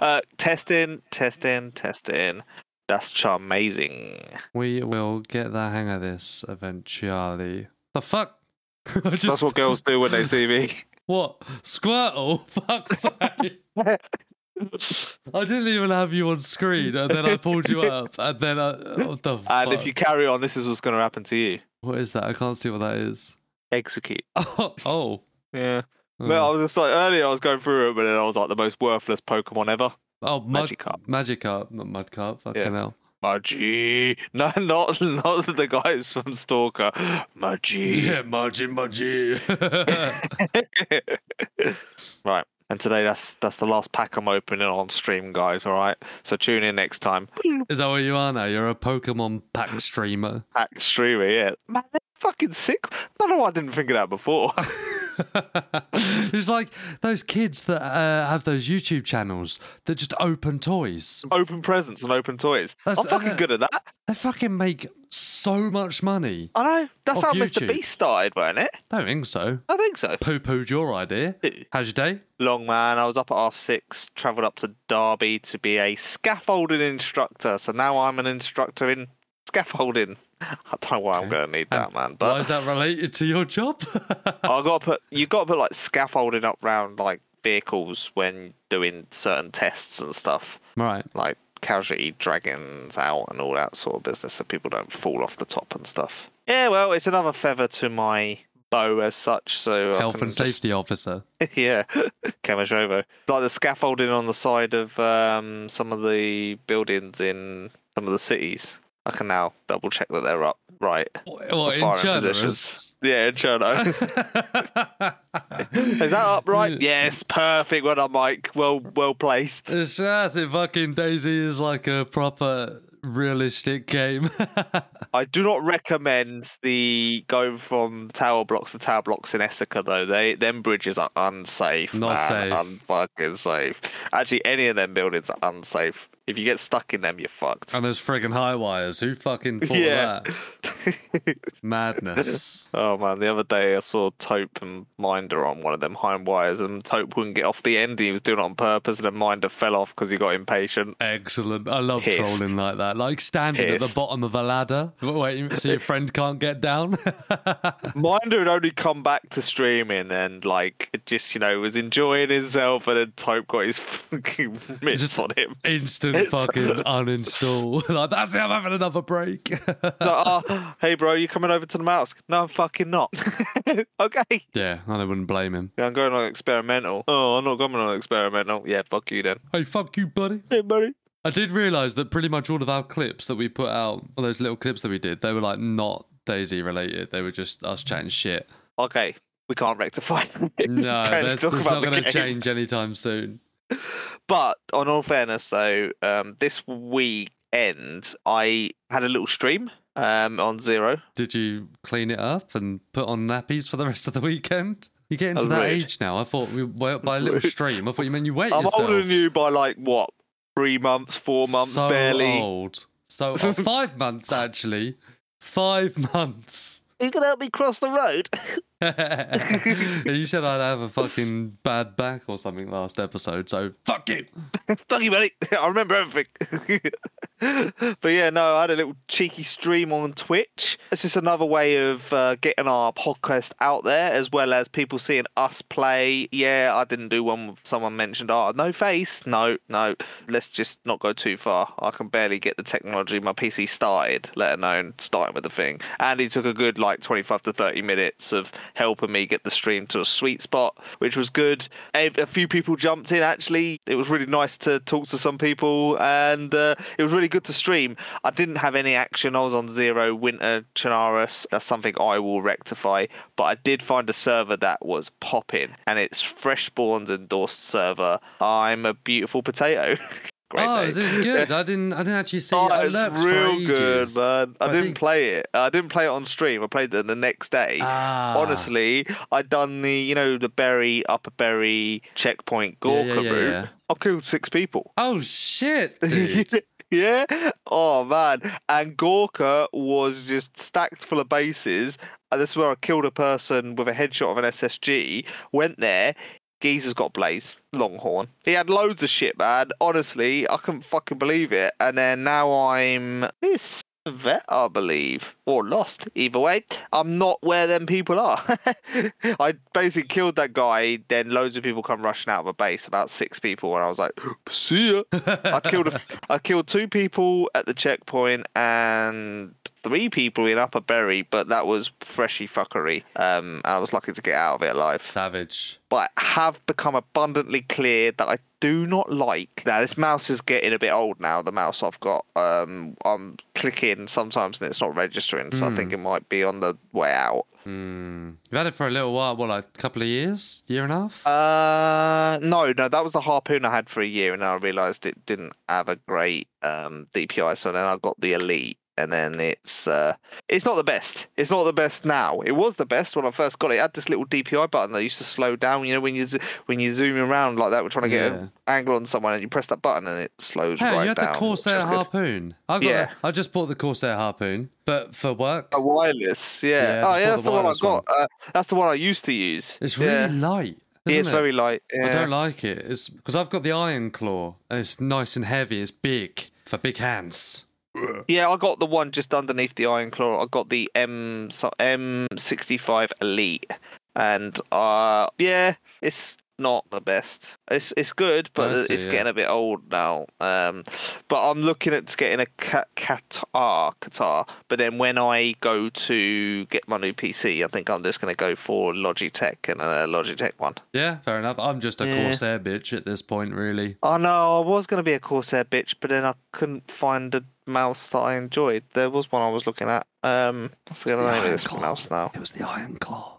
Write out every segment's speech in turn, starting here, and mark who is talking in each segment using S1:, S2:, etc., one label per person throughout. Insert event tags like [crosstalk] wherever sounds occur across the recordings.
S1: Uh, testing, testing, testing. That's amazing.
S2: We will get the hang of this eventually. The fuck? [laughs] I just-
S1: That's what girls do when they see [laughs] me.
S2: [laughs] What? Squirtle? [laughs] Fuck's sake. I didn't even have you on screen, and then I pulled you up, and then I. oh, What the fuck?
S1: And if you carry on, this is what's going to happen to you.
S2: What is that? I can't see what that is. [laughs]
S1: Execute. Hmm.
S2: Oh. oh.
S1: Yeah. Well, I was just like earlier, I was going through it, but then I was like the most worthless Pokemon ever.
S2: oh, Mud-
S1: Magikarp.
S2: Magikarp, not Mudcarp. Fucking
S1: Yeah.
S2: hell.
S1: Mudgy. [laughs] No, not not the guys from Stalker. Mudgy.
S2: Mudgy,
S1: [laughs]
S2: Mudgy.
S1: right. And today that's that's the last pack I'm opening on stream, guys. All right. So tune in next time.
S2: [laughs] is that what you are now? You're a Pokemon pack streamer.
S1: Pack streamer. Yeah. Man, they're fucking sick. I don't know why I didn't think of that before. [laughs]
S2: [laughs] it's like those kids that uh, have those YouTube channels that just open toys.
S1: open presents and open toys.
S2: That's-
S1: I'm fucking
S2: uh,
S1: good at that.
S2: They fucking make so much money.
S1: I know. That's
S2: off
S1: how
S2: YouTube.
S1: Mr. Beast started, wasn't it?
S2: Don't think so.
S1: I think so.
S2: Poo pooed
S1: [laughs]
S2: your idea. How's your day?
S1: Long man, I was up at half six, travelled up to Derby to be a scaffolding instructor. So now I'm an instructor in scaffolding. I don't know why I'm going to need that, man.
S2: Why
S1: But
S2: is that related to
S1: [laughs]
S2: your job?
S1: I got to put you got to put like scaffolding up round like vehicles when doing certain tests and stuff,
S2: right.
S1: like casualty dragons out and all that sort of business, so people don't fall off the top and stuff. Yeah, well, it's another feather to my bow as such. So I
S2: Health
S1: can
S2: and
S1: just-
S2: safety officer.
S1: [laughs] yeah, Kamashovo. Like the scaffolding on the side of um, some of the buildings in some of the cities. I can now double check that they're up right.
S2: Well, in
S1: Foreign
S2: Chernarus.
S1: positions. Yeah,
S2: [laughs]
S1: Chono. Is that up right? Yes, perfect. Well done, Mike. Well, well placed.
S2: Shazzy fucking Daisy is like a proper realistic game. [laughs]
S1: I do not recommend the going from tower blocks to tower blocks in Essica though. They them bridges are unsafe.
S2: Not
S1: man.
S2: safe.
S1: Unfucking safe. Actually, any of them buildings are unsafe. If you get stuck in them, you're fucked. [laughs]
S2: and there's friggin' high wires. Who fucking thought of
S1: Yeah.
S2: that?
S1: [laughs]
S2: Madness.
S1: Oh man, the other day I saw Tope and Minder on one of them hind wires, and Tope wouldn't get off the end. He was doing it on purpose, and then Minder fell off because he got
S2: [laughs]
S1: impatient.
S2: Excellent. I love
S1: Pissed.
S2: trolling like that. Like standing at the
S1: Pissed.
S2: bottom of a ladder, waiting so
S1: [laughs]
S2: your friend can't get down. [laughs]
S1: Minder had only come back to streaming and like just you know was enjoying himself, and then Tope got his [laughs] fucking mitts
S2: Just-
S1: on him.
S2: Instant
S1: [laughs]
S2: fucking uninstall. [laughs] like, that's it. I'm having another break. [laughs]
S1: He's like, oh, hey bro, you coming over to the mouse? No, I'm fucking not. okay.
S2: yeah, I wouldn't blame him.
S1: Yeah, I'm going on experimental. Oh, I'm not going on experimental. Yeah, fuck you then.
S2: Hey, fuck you, buddy.
S1: Hey, buddy.
S2: I did realize that pretty much all of our clips that we put out, all those little clips that we did, they were like not Daisy related. They were just us chatting shit.
S1: [laughs] Okay, we can't rectify. it.
S2: No,
S1: Can't
S2: that's,
S1: talk
S2: that's
S1: about
S2: not
S1: the
S2: going
S1: game.
S2: to change anytime soon.
S1: [laughs] But on all fairness, though, um, this weekend I had a little stream um, on Zero.
S2: Did you clean it up and put on nappies for the rest of the weekend? You're getting to
S1: Oh,
S2: that
S1: rude.
S2: age now. I thought we went by a little
S1: [laughs] Rude.
S2: stream. I thought you meant you wait
S1: I'm
S2: yourself.
S1: older than you by like what three months, four months,
S2: so
S1: barely.
S2: old.
S1: [laughs]
S2: So oh, five months actually. Five months. [laughs]
S1: You can help me cross the road. [laughs]
S2: you said I'd have a fucking bad back or something last episode. So fuck you.
S1: Thank you, buddy. [laughs] I remember everything. [laughs] but yeah, no, I had a little cheeky stream on Twitch. It's just another way of uh, getting our podcast out there, as well as people seeing us play. Yeah, I didn't do one. with- Someone mentioned, oh, no face. No, no. Let's just not go too far. I can barely get the technology. My PC started, let alone starting with the thing. And it took a good like 25 to 30 minutes of helping me get the stream to a sweet spot, which was good. A, a few people jumped in, actually. It was really nice to talk to some people, and uh, it was really really good to stream. I didn't have any action. I was on zero winter Chinaris. That's something I will rectify. But I did find a server that was popping, and it's Freshborn's endorsed server. I'm a beautiful potato. [laughs] Great
S2: oh,
S1: name.
S2: is
S1: [laughs]
S2: it good? I didn't. I didn't actually see.
S1: Oh,
S2: it. I
S1: it's
S2: lurked
S1: real
S2: for
S1: good,
S2: ages.
S1: man. I,
S2: I
S1: didn't
S2: think-
S1: play it. I didn't play it on stream. I played it the next day.
S2: Ah.
S1: Honestly, I'd done the you know the berry upper berry checkpoint
S2: Yeah,
S1: Gorka
S2: yeah, yeah,
S1: route.
S2: yeah.
S1: I killed six people. [laughs]
S2: Oh shit, dude.
S1: yeah. Oh man. And Gorka was just stacked full of bases. And this is where I killed a person with a headshot of an SSG. Went there. Geezer's got Blaze, Longhorn. He had loads of shit, man. Honestly, I couldn't fucking believe it. And then now I'm this vet, I believe, or lost. Either way, I'm not where them people are. [laughs] I basically killed that guy. Then loads of people come rushing out of a base, about six people, and I was like, [gasps] "See ya." I killed a f [laughs] I killed two people at the checkpoint and three people in Upper Berry, but that was freshy fuckery. Um, I was lucky to get out of it alive
S2: Savage.
S1: but I have become abundantly clear that I do not like. Now this mouse is getting a bit old now. The mouse I've got, um, I'm clicking sometimes and it's not registering, so I think it might be on the way out.
S2: Hmm. You've had it for a little while. What, like a couple of years, year and a half?
S1: Uh, no, no, that was the harpoon I had for a year, and then I realised it didn't have a great um DPI, so then I got the elite. And then it's uh, it's not the best. It's not the best now. It was the best when I first got it. It had this little DPI button that used to slow down. You know when you z- when you zoom around like that, we're trying to get
S2: Yeah.
S1: an angle on someone, and you press that button and it slows
S2: Hey,
S1: right
S2: you had
S1: down.
S2: the
S1: which
S2: Corsair
S1: is good.
S2: harpoon. I've got.
S1: Yeah. Oh,
S2: A, I just bought the Corsair harpoon, but for work,
S1: A wireless, yeah.
S2: Yeah,
S1: oh
S2: just
S1: yeah,
S2: bought
S1: that's
S2: the
S1: the one I
S2: wireless one.
S1: got. Uh, that's the one I used to use.
S2: it's
S1: yeah.
S2: really light.
S1: Yeah,
S2: Isn't
S1: it's
S2: it?
S1: very light.
S2: I
S1: yeah.
S2: don't like it. It's because I've got the Iron Claw. And it's nice and heavy. It's big for big hands.
S1: Yeah, I got the one just underneath the Iron Claw. I got the M so- M65 Elite, and uh, yeah, it's not the best. It's it's good, but
S2: Oh, I see,
S1: it's
S2: yeah.
S1: getting a bit old now. Um, but I'm looking at getting a Qa- Qatar, Qatar. But then when I go to get my new PC, I think I'm just gonna go for Logitech and a Logitech one.
S2: Yeah, fair enough. I'm just a
S1: Yeah.
S2: Corsair bitch at this point, really.
S1: I know Oh, I was gonna be a Corsair bitch, but then I couldn't find a mouse that I enjoyed. There was one I was looking at. Um, I forget the
S2: the
S1: name of this
S2: Ironclaw.
S1: mouse now.
S2: It was the Iron Claw.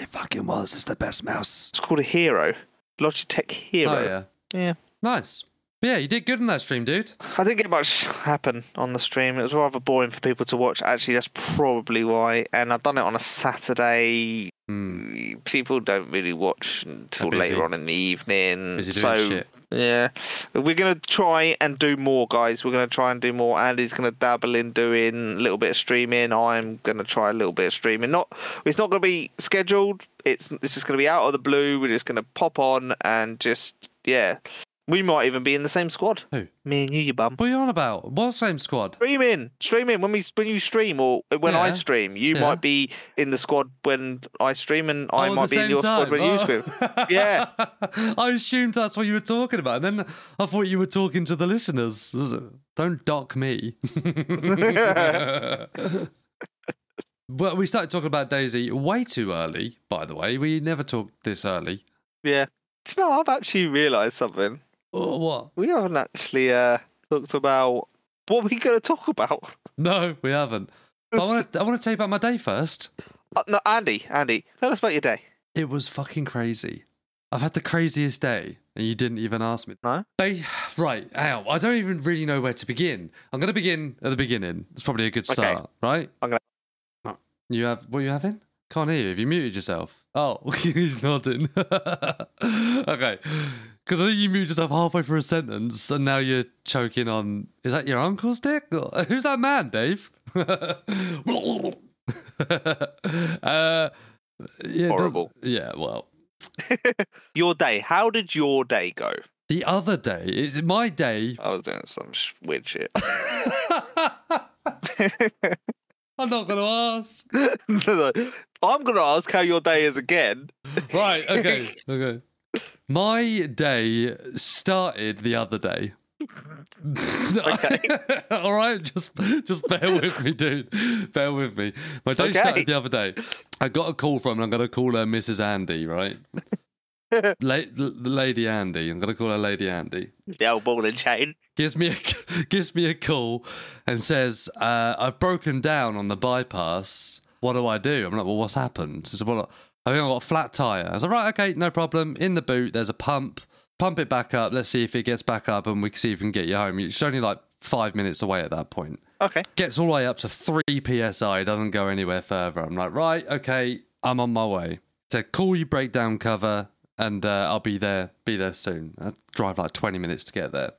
S2: It fucking was. It's the best mouse.
S1: It's called a Hero, Logitech Hero.
S2: Oh yeah,
S1: Yeah.
S2: nice. Yeah, you did good in that stream, dude.
S1: I didn't get much happen on the stream. It was rather boring for people to watch. Actually, that's probably why. And I've done it on a Saturday.
S2: Hmm.
S1: People don't really watch until
S2: They're busy.
S1: later on in the evening.
S2: Busy
S1: so
S2: doing shit.
S1: Yeah, we're gonna try and do more, guys. We're gonna try and do more. Andy's gonna dabble in doing a little bit of streaming. I'm gonna try a little bit of streaming. Not, it's not gonna be scheduled. It's this is gonna be out of the blue. We're just gonna pop on and just yeah. We might even be in the same squad.
S2: Who?
S1: Me and you, you bum.
S2: What are you on about? What same squad?
S1: Streaming, streaming. When we when you stream or when I
S2: Yeah.
S1: stream, you
S2: Yeah.
S1: might be in the squad when I stream, and I
S2: Oh, at
S1: might be
S2: the
S1: in
S2: same
S1: your squad
S2: time.
S1: when you
S2: Oh.
S1: stream.
S2: [laughs]
S1: Yeah.
S2: I assumed that's what you were talking about, and then I thought you were talking to the listeners. Don't dock me. [laughs] Well, we started talking about Daisy way too early, by the way. We never talked this early.
S1: Yeah. Do you know? I've actually realised something.
S2: Oh, what?
S1: We haven't actually uh, talked about what we're going to talk about.
S2: No, we haven't. But I want to. I want to tell you about my day first.
S1: Uh, no, Andy, Andy, tell us about your day.
S2: It was fucking crazy. I've had the craziest day, and you didn't even ask me.
S1: No?
S2: Ba- right, hang on. I don't even really know where to begin. I'm going to begin at the beginning. It's probably a good
S1: Okay.
S2: start, right?
S1: I'm gonna-
S2: Oh, You have what are you having? Can't hear you. Have you muted yourself? Oh, [laughs] he's nodding. [laughs] okay, because I think you muted yourself halfway through a sentence, and now you're choking on. Is that your uncle's dick? Or- [laughs] Who's that man, Dave? [laughs] uh, yeah, it does-
S1: Horrible.
S2: Yeah, well,
S1: Your day. How did your day go?
S2: the other day, it's my day.
S1: [laughs]
S2: [laughs]
S1: I was doing some sh- weird shit. [laughs]
S2: I'm not gonna ask.
S1: I'm going to ask how your day is again. [laughs]
S2: Right, okay, okay. My day started the other day.
S1: [laughs] Okay.
S2: [laughs] All right, just just bear with me, dude. Bear with me. My day
S1: Okay. [laughs]
S2: started the other day. I got a call from, and I'm going to call her Mrs. Andy, right? La- the Lady Andy, I'm gonna call her Lady Andy.
S1: The old ball and chain.
S2: Gives me a [laughs] gives me a call and says, uh, "I've broken down on the bypass. What do I do?" I'm like, "Well, what's happened?" She said, "Well, I think I've got a flat tire." I was like, "Right, okay, no problem. In the boot, there's a pump. Pump it back up. Let's see if it gets back up, and we can see if we can get you home." It's only like five minutes away at that point.
S1: Okay.
S2: Gets all the way up to three psi. Doesn't go anywhere further. I'm like, "Right, okay, I'm on my way." So call your breakdown cover and uh, I'll be there, be there soon. I drive like 20 minutes to get there.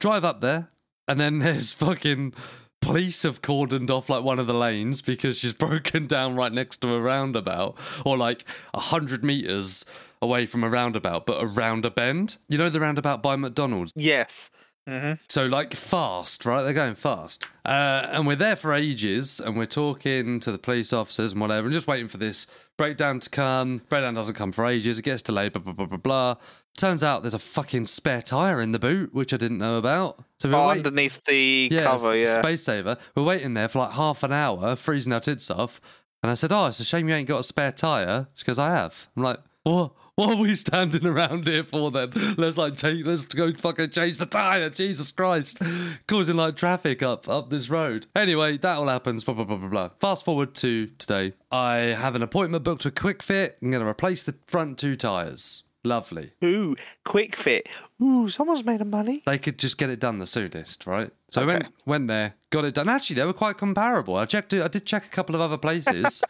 S2: Drive up there, and then [laughs] there's fucking police have cordoned off like one of the lanes because she's [laughs] broken down right next to a roundabout or like 100 meters away from a roundabout, but around a bend. You know the roundabout by McDonald's?
S1: Yes. Mm-hmm.
S2: So like fast, right? They're going fast, uh, and we're there for ages, and we're talking to the police officers and whatever, and just waiting for this breakdown to come. Breakdown doesn't come for ages. It gets delayed. Blah blah blah blah blah. Turns out there's a fucking spare tire in the boot, which I didn't know about. So we're
S1: Oh,
S2: waiting.
S1: underneath the
S2: Yeah,
S1: cover,
S2: it's
S1: yeah.
S2: space saver. We're waiting there for like half an hour, freezing our tits off. And I said, "Oh, it's a shame you ain't got a spare tire." She goes, "I have." I'm like, "What? What are we standing [laughs] around here for then? Let's like take, let's go fucking change the tire." Jesus Christ, [laughs] causing like traffic up up this road. Anyway, that all happens. Blah blah blah blah blah. Fast forward to today. I have an appointment booked with Quick Fit. I'm gonna replace the front two tires. Lovely.
S1: Ooh, quick fit. Ooh, someone's made a money.
S2: They could just get it done the soonest, right? So I went went there, got it done. Actually, they were quite comparable. I checked. I did check a couple of
S1: [laughs]
S2: other places.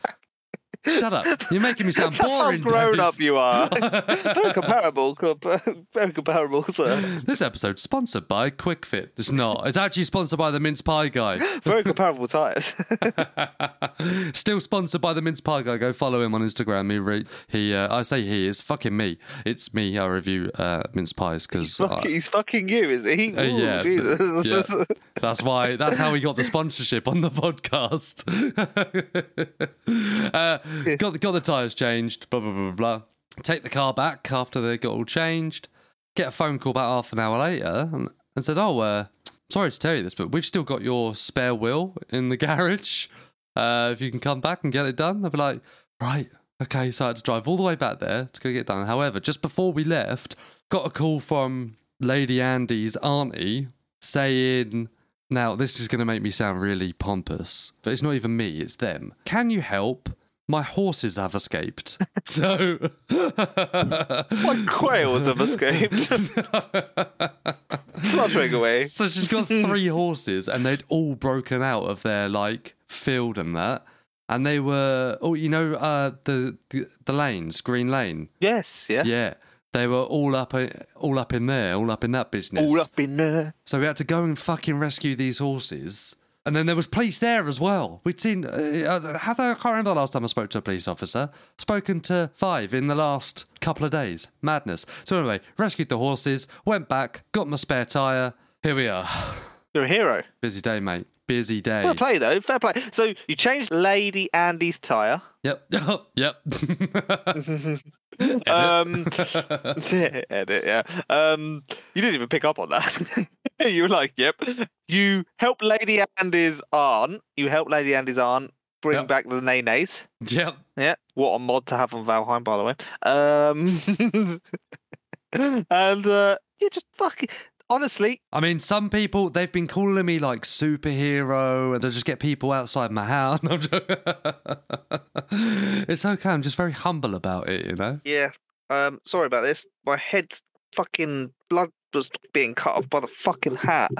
S2: Shut up! You're making me sound
S1: That's how
S2: [laughs] boring.
S1: grown
S2: Dave.
S1: up you
S2: [laughs]
S1: are. very comparable. comp- [laughs] Very comparable, sir.
S2: This episode's sponsored by QuickFit. It's not. It's actually sponsored by the mince pie guy.
S1: [gasps] Very comparable tyres. [laughs]
S2: Still sponsored by the mince pie guy. Go follow him on Instagram. He, re- he. Uh, I say he is fucking me. It's me. I review uh, mince pies because
S1: Fuck, He's fucking you, is he? Ooh,
S2: Uh, yeah, but-
S1: Jesus.
S2: yeah.
S1: [laughs]
S2: That's why. That's how we got the sponsorship on the podcast. [laughs] uh, got the- got the tires changed. Blah blah blah blah. blah. Take the car back after they got all changed. Get a phone call about half an hour later and, and said, "Oh, uh, sorry to tell you this, but we've still got your spare wheel in the [laughs] garage. Uh, if you can come back and get it done." I'd be like, "Right, okay." So I had to drive all the way back there to go get it done. However, just before we left, got a call from Lady Andy's auntie saying, now, this is going to make me sound really pompous, but it's not even me, it's them. Can you help? My horses have escaped. [laughs] so.
S1: My quails have
S2: [laughs]
S1: escaped. Fluttering away.
S2: so she's
S1: [laughs]
S2: got three horses, and they'd all broken out of their, like, field and that. And they were, oh, you know, uh, the, the the lanes,
S1: [laughs]
S2: Green Lane.
S1: Yes, yeah.
S2: Yeah, they were all up, uh, all up in there, all up in that business.
S1: All up in uh, there.
S2: So we had to go and fucking rescue these horses. And then there was police there as well. We'd seen, uh, have I I can't remember the last time I spoke to a police officer. Spoken to five in the last couple of days. Madness. So anyway, rescued the horses, went back, got my spare tyre. Here we are.
S1: You're a hero.
S2: Busy day, mate. Busy day.
S1: Fair play, though. Fair play. So you changed Lady Andy's
S2: [laughs]
S1: tyre.
S2: Yep. yep. [laughs]
S1: Um, edit, [laughs] yeah. Um, you didn't even pick up on that. [laughs] you were like, "Yep." You help Lady Andy's aunt. You help Lady Andy's aunt bring
S2: Yep.
S1: back the nays.
S2: yep.
S1: Yeah. What a mod to have on Valheim, by the way. Um, [laughs] and uh, you just fucking honestly,
S2: I mean, some people, they've been calling me like superhero and I just get people outside my house. [laughs] I'm joking. it's okay. I'm just very humble about it, you know?
S1: yeah. Um, sorry about this. My head's fucking blood was being cut off by the fucking hat.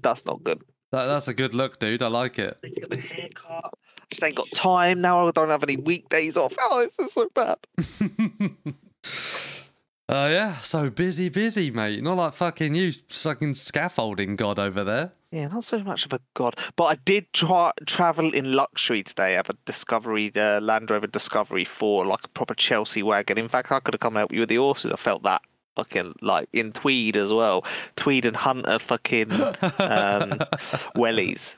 S1: That's not good.
S2: That, that's a good look, dude. I like it. [laughs]
S1: need to get my hair cut. I just ain't got time now. I don't have any weekdays off. Oh, this is so bad.
S2: Uh, yeah, so busy, busy, mate. Not like fucking you, fucking scaffolding god over there. [laughs]
S1: Yeah, not so much of a god, but I did tra- travel in luxury today. I have a Discovery uh, Land Rover Discovery Four, like a proper Chelsea wagon. In fact, I could have come and helped you with the horses. I felt that fucking like in tweed as well, tweed and hunter fucking um, wellies.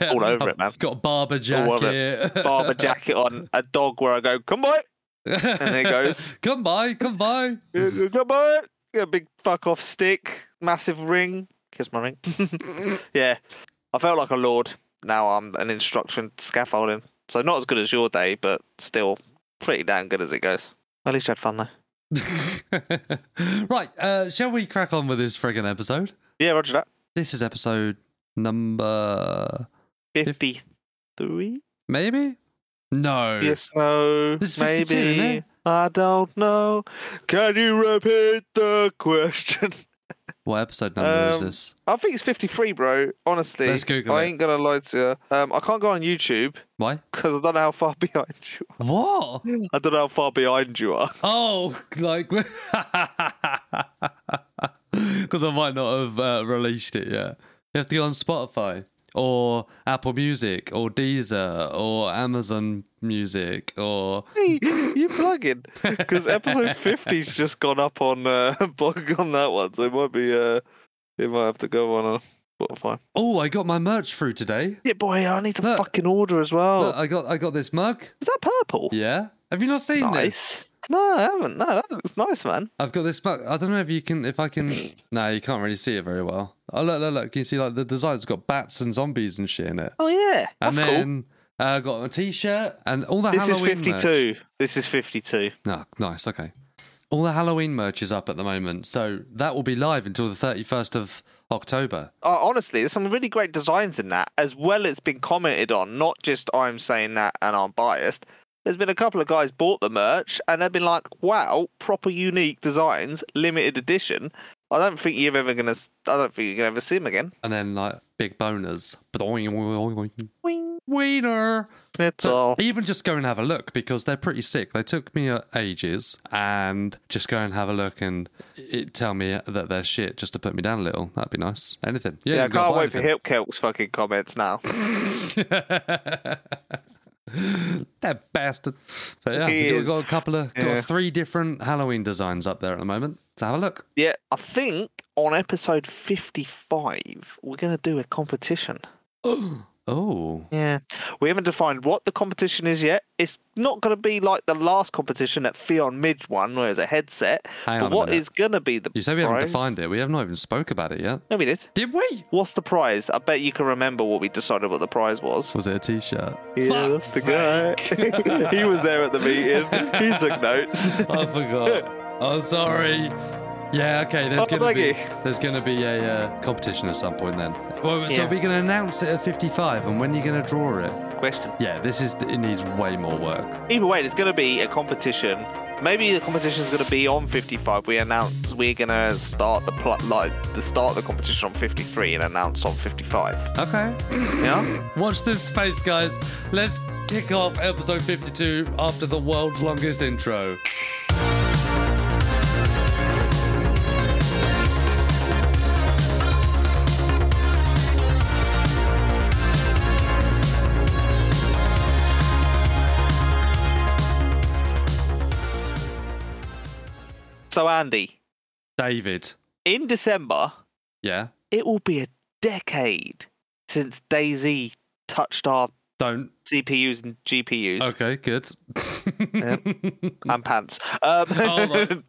S2: Yeah,
S1: All over it, man.
S2: Got a barber
S1: All over
S2: jacket. [laughs]
S1: Barber jacket on, a dog where I go, come by, and it goes.
S2: come by, come by. [laughs]
S1: Yeah, yeah, Come on. Yeah, big fuck off stick, massive ring. Kiss my
S2: [laughs]
S1: ring. yeah. I felt like a lord. Now I'm an instructor in scaffolding. So not as good as your day, but still pretty damn good as it goes. At least you had fun though.
S2: right, uh, shall we crack on with this friggin' episode?
S1: Yeah, Roger that.
S2: This is episode number Fifty-
S1: Fifty-three.
S2: maybe? No.
S1: Yes, no.
S2: Oh. This is 52, isn't
S1: maybe.
S2: it?
S1: I don't know. Can you repeat the question? [laughs]
S2: What episode number is
S1: Um,
S2: this?
S1: I think it's 53, bro. Honestly,
S2: Let's Google
S1: I
S2: it.
S1: ain't gonna lie to you. Um, I can't go on YouTube
S2: Why?
S1: because I don't know how far [laughs] behind you.
S2: What?
S1: I don't know how far behind you are.
S2: Oh, [laughs] like because I might not have uh, released it yet. You have to go on Spotify or Apple Music or Deezer or Amazon Music or
S1: [laughs] Hey, you plugging? Because [laughs] episode 50's just gone up on uh, [laughs] blog on that one, so it might be. Uh, it might have to go on uh, a Spotify.
S2: oh, I got my merch through today.
S1: Yeah, boy, I need to
S2: Look.
S1: fucking order as well.
S2: Look, I got I got this mug.
S1: Is that purple?
S2: Yeah, have you not seen this?
S1: nice. No, I haven't. No, that looks nice, man.
S2: I've got this mug. I don't know if you can if
S1: [coughs]
S2: I can. no, you can't really see it very well. Oh look, look, look! Can you see like the design's got bats and zombies and shit in it?
S1: Oh yeah,
S2: And
S1: that's cool.
S2: then uh, I got a t-shirt and all the
S1: This
S2: Halloween
S1: is
S2: merch.
S1: 52. This is 52.
S2: Ah, nice. Okay. All the Halloween merch is up at the moment, so that will be live until the 31st of October.
S1: uh, honestly, there's some really great designs in that, as well. It's been commented on, not just I'm saying that and I'm biased. There's been a couple of guys bought the merch and they've been like, "Wow, proper unique designs, limited edition." I don't think you're ever gonna. s- I don't think you're gonna ever see them again.
S2: And then, like, big boners.
S1: Wing.
S2: Wiener!
S1: That's
S2: So
S1: all.
S2: even just go and have a look because they're pretty sick. They took me uh, ages, and just go and have a look and it, tell me that they're shit just to put me down a little. That'd be nice. Anything. Yeah,
S1: Yeah, I
S2: you gotta
S1: can't
S2: buy
S1: wait for
S2: anything.
S1: Hip Kelk's fucking comments now.
S2: that bastard. But yeah,
S1: He
S2: we've
S1: is.
S2: got a couple of,
S1: Yeah.
S2: got three different Halloween designs up there at the moment. So have a look. [gasps]
S1: yeah, I think on episode 55 we're gonna do a competition.
S2: Oh,
S1: Yeah. We haven't defined what the competition is yet. It's not going to be like the last competition that Fion Midge won, where it was a headset.
S2: Hang on
S1: but
S2: a
S1: what
S2: minute.
S1: is going to be the
S2: you say we haven't
S1: prize?
S2: defined it. We have not even spoke about it yet.
S1: No, we did.
S2: Did we?
S1: What's the prize? I bet you can remember what we decided what the prize was.
S2: Was it a t-shirt?
S1: Yeah, that's the
S2: Fuck's sake.
S1: guy. [laughs] he was there at the meeting. He took notes.
S2: I forgot. I'm sorry. Yeah, okay. There's
S1: Oh,
S2: gonna
S1: thank
S2: be
S1: you.
S2: there's gonna be a uh, competition at some point then. Well, so
S1: Yeah.
S2: we're gonna announce it at 55, and when are you gonna draw it?
S1: Question.
S2: Yeah, this is it needs way more work.
S1: Either way, there's going to be a competition. Maybe the competition is going to be on 55. We announce we're going to start the pl- like the start of the competition on 53 and announce on 55.
S2: Okay.
S1: Yeah. [laughs]
S2: Watch this space, guys. Let's kick off episode 52 after the world's longest intro.
S1: So, Andy,
S2: David.
S1: in December,
S2: Yeah.
S1: it will be a decade since Daisy touched our
S2: Don't.
S1: CPUs and GPUs
S2: Okay, good. [laughs]
S1: and pants. Um,
S2: Oh, right.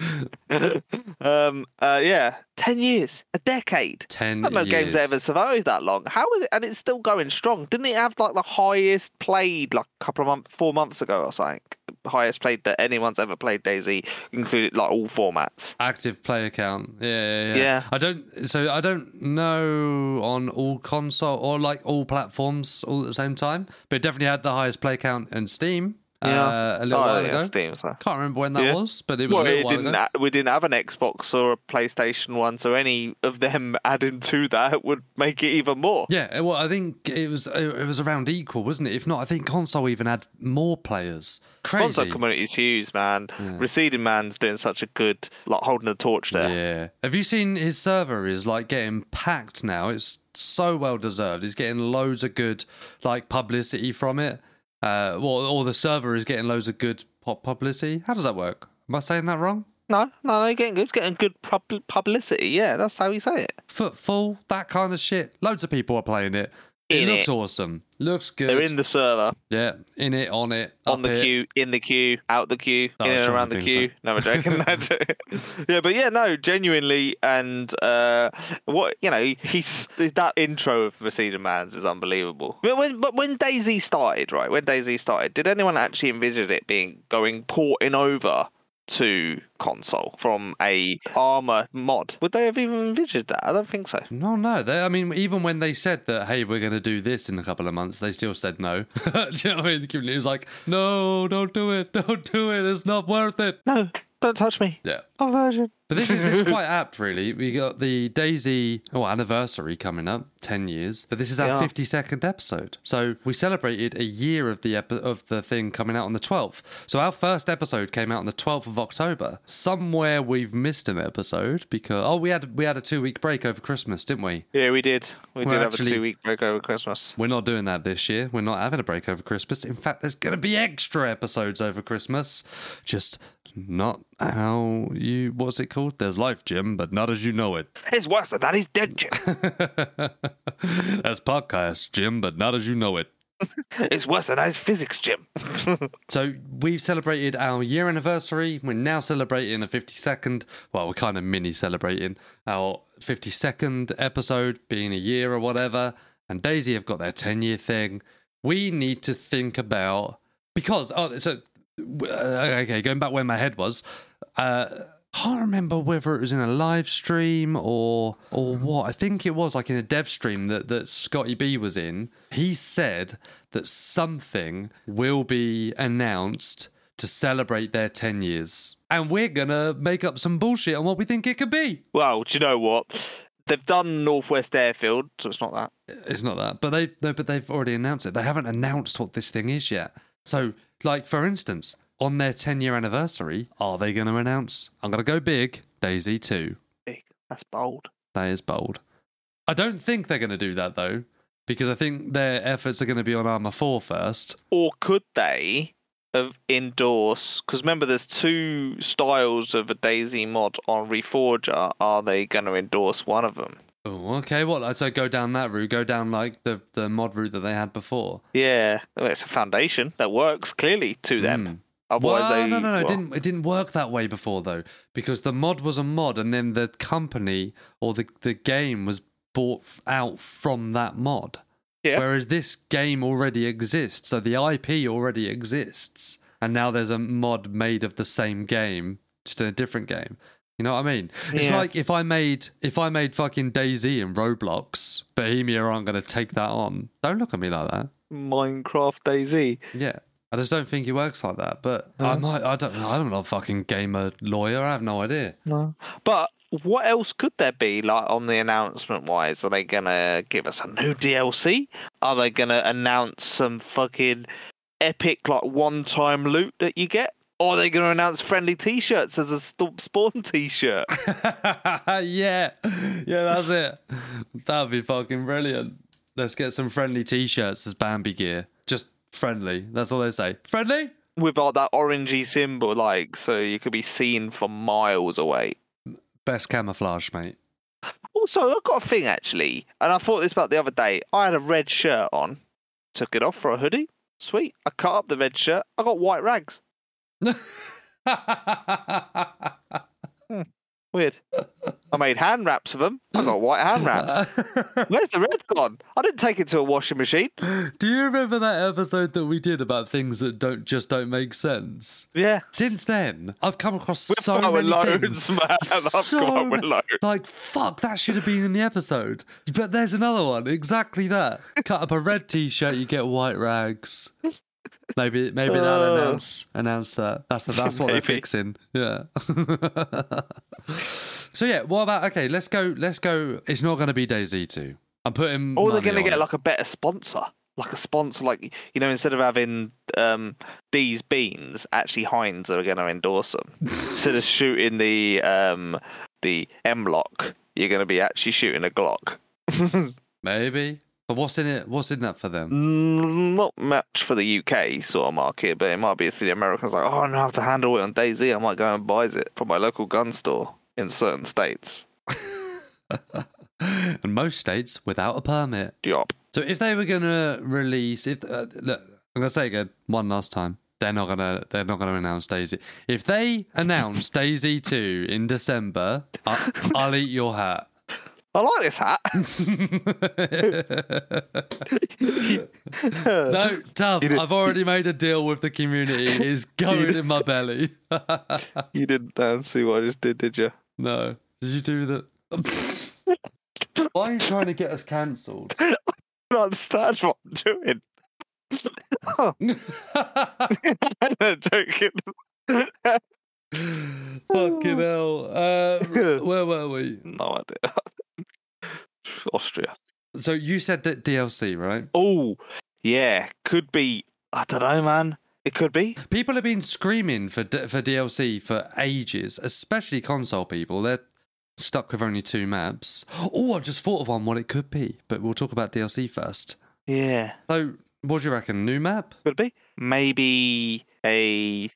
S1: [laughs] um, uh, yeah, 10 years, a decade.
S2: 10
S1: I don't know games
S2: years.
S1: that ever survived that long. How is it? And it's still going strong. Didn't it have like the highest played like a couple of months, four months ago or something? Highest played that anyone's ever played Daisy, included like all formats.
S2: active player count. Yeah, yeah, yeah.
S1: Yeah.
S2: I don't. So I don't know on all console or like all platforms all at the same time, but it definitely had the highest play count in Steam.
S1: Yeah.
S2: Uh, a little
S1: oh,
S2: while
S1: yeah,
S2: ago.
S1: Steam, so.
S2: Can't remember when that
S1: Yeah.
S2: was, but it was
S1: Well,
S2: a little
S1: it
S2: while
S1: didn't.
S2: ago.
S1: ha- we didn't have an Xbox or a PlayStation one, so any of them [laughs] adding to that would make it even more.
S2: Yeah, well, I think it was it was around equal, wasn't it? If not, I think console even had more players. Crazy.
S1: Console community's huge, man. Receding Man's doing such a good, like holding the torch there.
S2: Yeah. Have you seen his server is like getting packed now? It's so well deserved. He's getting loads of good like publicity from it. Uh, well, or the server is getting loads of good pop publicity. How does that work? Am I saying that wrong?
S1: No, no, no, getting good. It's getting good pub- publicity. Yeah, that's how you say it.
S2: Footfall, that kind of shit. Loads of people are playing it. it
S1: In
S2: looks
S1: it.
S2: awesome. Looks good.
S1: They're in the server,
S2: yeah, in it, on it,
S1: on
S2: up
S1: the
S2: it.
S1: queue, in the queue, out the queue,
S2: Oh,
S1: in and
S2: sure, I
S1: around the
S2: think so.
S1: queue. No, I'm joking. No, I'm joking. [laughs] yeah, but yeah, no, genuinely, and uh, what you know, he's that intro of Receding Man's is unbelievable. But when, but when Daisy started, right? When Daisy started, did anyone actually envision it being going porting over 2 console from a armor mod. Would they have even envisioned that? I don't think so.
S2: No, no. They, I mean, even when they said that, hey, we're going to do this in a couple of months, they still said no. [laughs] do you know what I mean? The community was like, no, don't do it. Don't do it. It's not worth it.
S1: No, don't touch me.
S2: Yeah.
S1: I'm virgin.
S2: But this is, this is quite apt, really. We got the Daisy oh, anniversary coming up, ten years. But this is our
S1: Yeah.
S2: fifty second episode, so we celebrated a year of the epi- of the thing coming out on the twelfth. So our first episode came out on the twelfth of October. Somewhere we've missed an episode because oh, we had we had a two week break over Christmas, didn't we?
S1: Yeah, we did. We
S2: Well,
S1: did
S2: actually-
S1: have a two week break over Christmas.
S2: We're not doing that this year. We're not having a break over Christmas. In fact, there's going to be extra episodes over Christmas. Just not how you. What's it called? There's life, Jim, but not as you know it. [laughs]
S1: It's worse than that. He's dead, Jim.
S2: That's podcast, Jim, but not as you know it.
S1: it's worse than that. It's physics, Jim. [laughs]
S2: So we've celebrated our year anniversary. We're now celebrating the 52nd. Well, we're kind of mini celebrating our 52nd episode being a year or whatever. And Daisy have got their 10 year thing. We need to think about because oh, so uh, okay, going back where my head was. Uh, can't remember whether it was in a live stream or or what. I think it was like in a dev stream that that Scotty B was in. He said that something will be announced to celebrate their 10 years. And we're going to make up some bullshit on what we think it could be.
S1: Well, do you know what? They've done Northwest Airfield, so it's not that.
S2: It's not that. But they no, but they've already announced it. They haven't announced what this thing is yet. So, like for instance, on their 10 year anniversary, are they going to announce I'm going to go big, Daisy 2.
S1: Big. That's bold.
S2: That is bold. I don't think they're going to do that though, because I think their efforts are going to be on Armour 4 first.
S1: Or could they have endorse? Because remember, there's two styles of a Daisy mod on Reforger. Are they going to endorse one of them?
S2: Oh, okay. Well, so go down that route. Go down like the the mod route that they had before.
S1: Yeah, Hmm. well, it's a foundation that works clearly to them. Otherwise,
S2: well,
S1: they
S2: no, no, no.
S1: well,
S2: It didn't it didn't work that way before though, because the mod was a mod, and then the company or the the game was bought f- out from that mod.
S1: Yeah.
S2: Whereas this game already exists, so the IP already exists, and now there's a mod made of the same game, just in a different game. You know what I mean? It's
S1: Yeah.
S2: like if I made if I made fucking Daisy and Roblox, Bohemia aren't going to take that on. Don't look at me like that.
S1: Minecraft Daisy.
S2: Yeah. I just don't think it works like that. But I might I don't know. I'm not a fucking gamer lawyer. I have no [laughs] idea.
S1: No. But what else could there be like on the announcement wise? Are they gonna give us a new DLC? Are they gonna announce some fucking epic like one time loot that you get? Or are they gonna announce friendly t shirts as a Stomp Spawn t shirt?
S2: yeah. Yeah, that's it. That'd be fucking brilliant. Let's get some friendly t shirts as Bambi gear. Just friendly. That's all they say. Friendly?
S1: [laughs] With like that orangey symbol, like so you could be seen from miles away.
S2: Best camouflage, mate.
S1: Also, I've got a thing actually, and I thought this about the other day. I had a red shirt on, took it off for a hoodie. Sweet. I cut up the red shirt. I got white rags. Weird. I made hand wraps of them. I got white hand
S2: [laughs]
S1: wraps. Where's the red gone? I didn't take it to a washing machine.
S2: [laughs] Do you remember that episode that we did about things that don't just don't make sense?
S1: Yeah.
S2: Since then, I've come across
S1: We've
S2: so
S1: come up with
S2: many
S1: loads, [laughs]
S2: things.
S1: man. I've come up with
S2: ma-
S1: loads.
S2: Like fuck, that should have been in the episode. But there's another one, exactly that. Cut up a red t-shirt, you get white rags. Maybe maybe they'll
S1: Oh.
S2: announce announce that. That's the, that's what they're
S1: Maybe.
S2: fixing. Yeah. [laughs] so yeah, what about okay? Let's go. Let's go. It's not going to be Daisy two. I'm putting.
S1: Or they're going
S2: money
S1: to
S2: on
S1: get
S2: it.
S1: like a better sponsor. Like a sponsor, like, you know, instead of having um, these beans, actually Heinz are going to endorse them. instead
S2: [laughs]
S1: of shooting the um, the M-Lock, you're going to be actually shooting a Glock.
S2: maybe. But what's in it? What's in that for them?
S1: Mm, Not much for the UK sort of market, but it might be for the Americans. Like, oh, I know how to handle it on Daisy. I might go and buys it from my local gun store in certain states.
S2: In most states, without a permit.
S1: Yup.
S2: So if they were gonna release, if uh, look, I'm gonna say it again one last time, they're not gonna they're not gonna announce Daisy. If they announce Daisy two in December, I, I'll eat your hat. [laughs]
S1: I like this hat. [laughs]
S2: no, tough.
S1: You did-
S2: I've already made a deal with the community. It's going in my belly. [laughs]
S1: you didn't uh, see what I just did, did you?
S2: no. Did you do that? Why are you trying to get us cancelled?
S1: [laughs]
S2: [laughs]
S1: I don't understand what I'm doing. [laughs]
S2: Fucking
S1: I'm joking.
S2: hell. Uh, where were we?
S1: No idea. [laughs] Austria.
S2: So you said that DLC, right?
S1: Oh, yeah. Could be. I don't know, man. It could be.
S2: People have been screaming for D- for DLC for ages, especially console people. They're stuck with only two maps. Oh, I've just thought of one. What it could be, but we'll talk about DLC first.
S1: Yeah.
S2: So, what do you reckon? New map?
S1: Could be. Maybe a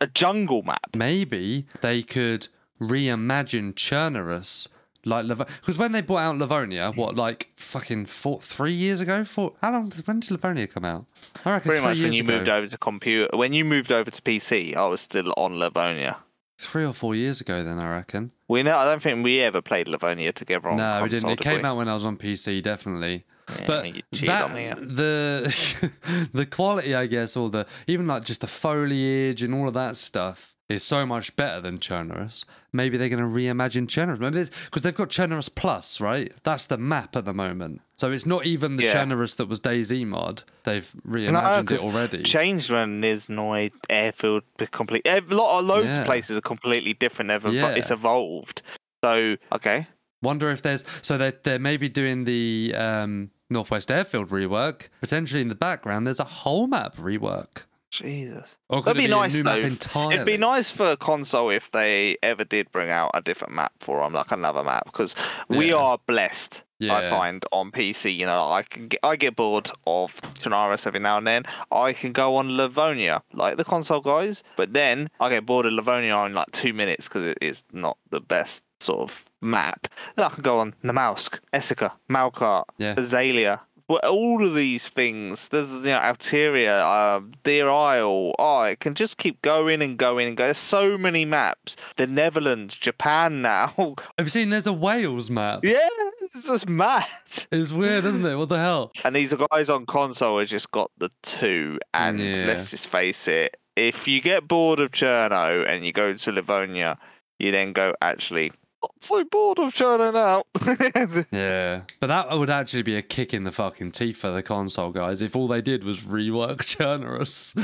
S1: a jungle map.
S2: Maybe they could reimagine Chernarus like because when they brought out Livonia, what like fucking four, three years ago? Four, how long? did- When did Livonia come out? I reckon
S1: Pretty
S2: three
S1: much when
S2: years
S1: you
S2: ago.
S1: moved over to computer. When you moved over to PC, I was still on Livonia.
S2: Three or four years ago, then I reckon.
S1: We know. I don't think we ever played Livonia together on
S2: no,
S1: console.
S2: we didn't. It
S1: did
S2: came
S1: we?
S2: out when I was on PC, definitely.
S1: Yeah,
S2: but
S1: you cheated on me, yeah.
S2: that the [laughs] the quality, I guess, or the even like just the foliage and all of that stuff is so much better than Chernarus. Maybe they're going to reimagine Chernarus. Maybe because they've got Chernarus Plus, right? That's the map at the moment. So it's not even the
S1: Yeah.
S2: Chernarus that was DayZ mod. They've
S1: No,
S2: reimagined it
S1: 'cause
S2: already.
S1: Changed when Niznoi airfield be- complete. eh, A lot of loads
S2: Yeah.
S1: of places are completely different. Ever,
S2: Yeah.
S1: but it's evolved. So okay,
S2: Wonder if there's so they're they're maybe doing the um, Northwest Airfield rework. Potentially in the background, there's a whole map rework.
S1: Jesus,
S2: Or could
S1: that'd
S2: it
S1: be,
S2: Oh, a
S1: nice
S2: new
S1: though.
S2: map entirely?
S1: It'd be nice for console if they ever did bring out a different map for them, like another map, because we
S2: Yeah.
S1: are blessed. I
S2: Yeah.
S1: find on PC, you know, I can get, I get bored of Tanaris every now and then. I can go on Livonia, like the console guys, but then I get bored of Livonia in like two minutes because it is not the best sort of map. Then I can go on Namausk, Essica, Malkart,
S2: Yeah.
S1: Azalea. Well, all of these things. There's you know Alteria, uh, Deer Isle. Oh, it can just keep going and going and going. There's so many maps. The Netherlands, Japan now. [laughs]
S2: Have you seen there's a Wales map?
S1: yeah, it's just mad.
S2: It's weird, isn't it? What
S1: [laughs]
S2: the hell?
S1: And these guys on console have just got the two. And
S2: Yeah.
S1: let's just face it, if you get bored of Cherno and you go to Livonia, you then go actually not so bored of Cherno now. [laughs]
S2: Yeah. But that would actually be a kick in the fucking teeth for the console guys if all they did was rework [laughs] Chernarus.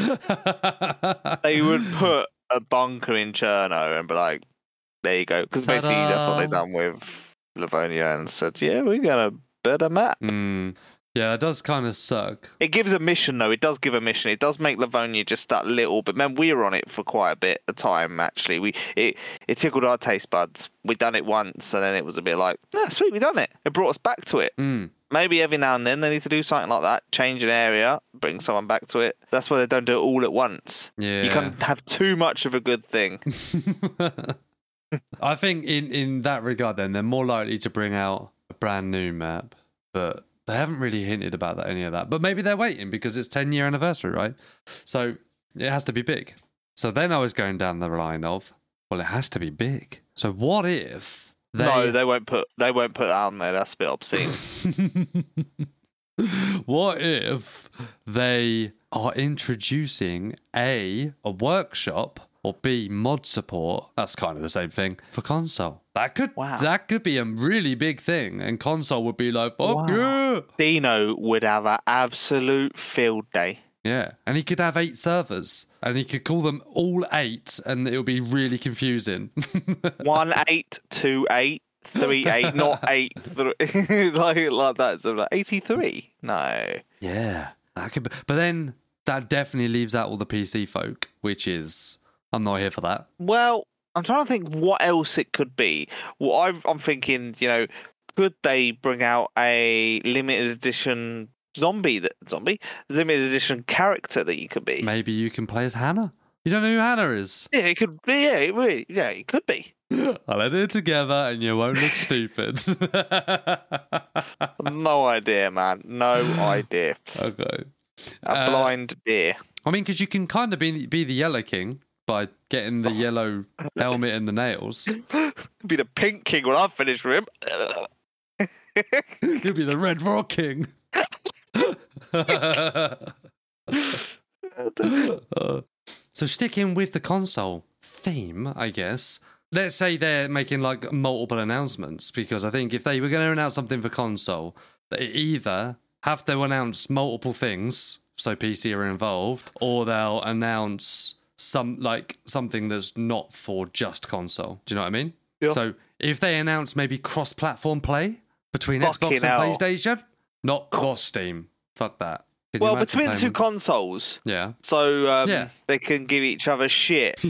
S1: they would put a bunker in Cherno and be like, there you go. Because basically that's what they've
S2: Ta-da.
S1: done with Livonia and said, yeah, we're going to better map.
S2: [laughs] Hmm. Yeah, that does kind of suck.
S1: It gives a mission, though. It does give a mission. It does make Livonia just that little bit. Man, we were on it for quite a bit of time, actually. We It, it tickled our taste buds. we done it once, and then it was a bit like, yeah, sweet, we done it. It brought us back to it.
S2: Hmm.
S1: Maybe every now and then they need to do something like that. Change an area, bring someone back to it. That's why they don't do it all at once.
S2: Yeah.
S1: You can't have too much of a good thing.
S2: [laughs] I think in in that regard, then they're more likely to bring out a brand new map, but they haven't really hinted about that, any of that. But maybe they're waiting because it's ten year anniversary, right? So it has to be big. So then I was going down the line of, well, it has to be big. So what if they?
S1: No, they won't put they won't put that on there. That's a bit
S2: [laughs]
S1: obscene.
S2: what if they are introducing a a workshop or b mod support? That's kind of the same thing for console. That could
S1: Wow.
S2: that could be a really big thing, and console would be like, "Fuck
S1: Wow.
S2: yeah!"
S1: Dino would have an absolute field day.
S2: Yeah, and he could have eight servers, and he could call them all eight, and it would be really confusing. [laughs]
S1: One eight two eight three eight, not eight three [laughs] like like that. So like eighty three. No,
S2: Yeah, that could. Be, but then that definitely leaves out all the PC folk, which is I'm not here for that.
S1: Well, I'm trying to think what else it could be. Well, i I'm thinking, you know, could they bring out a limited edition zombie that zombie limited edition character that you could be?
S2: Maybe you can play as Hannah. You don't know who Hannah is.
S1: Yeah, it could be. Yeah, it really, yeah, it could be.
S2: I'll edit it together, and you won't look stupid. [laughs]
S1: No idea, man. No idea.
S2: okay.
S1: A
S2: Uh,
S1: blind deer.
S2: I mean, because you can kind of be be the Yellow King by getting the yellow helmet and the nails.
S1: Be the pink king when I finish with him.
S2: You'll be the Red Rock [laughs] King. so sticking with the console theme, I guess. Let's say they're making like multiple announcements because I think if they were going to announce something for console, they either have to announce multiple things so PC are involved, or they'll announce some like something that's not for just console. Do you know what I mean?
S1: Yeah.
S2: So if they announce maybe cross-platform play between
S1: Fucking
S2: Xbox
S1: hell.
S2: and PlayStation, not cross Steam. Fuck that. Can you
S1: well,
S2: imagine
S1: between the two
S2: playing-
S1: consoles,
S2: yeah.
S1: so um,
S2: Yeah.
S1: they can give each other
S2: [laughs]
S1: shit.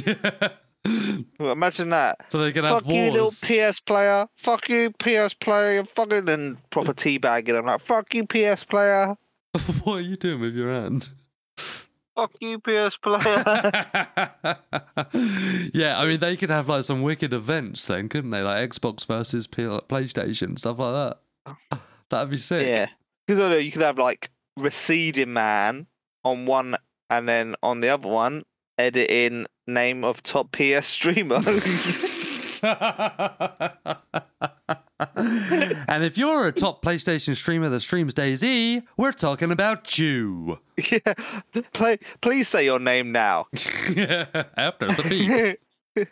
S1: Well, Imagine that.
S2: so they can have
S1: Fuck you, little
S2: wars.
S1: PS player. Fuck you, PS player. Fucking and proper teabagging. I'm like, fuck you, PS player.
S2: [laughs] what are you doing with your hand? [laughs]
S1: Fuck you, PS player. [laughs]
S2: yeah, I mean they could have like some wicked events then, couldn't they? Like Xbox versus P- PlayStation, stuff like that.
S1: [laughs]
S2: That'd be sick.
S1: yeah. You know, you could have like receding man on one, and then on the other one, editing name of top PS streamer.
S2: [laughs]
S1: [laughs]
S2: and if you're a top PlayStation streamer that streams DayZ, we're talking about you.
S1: yeah. Play, please say your name now.
S2: [laughs] After the beat.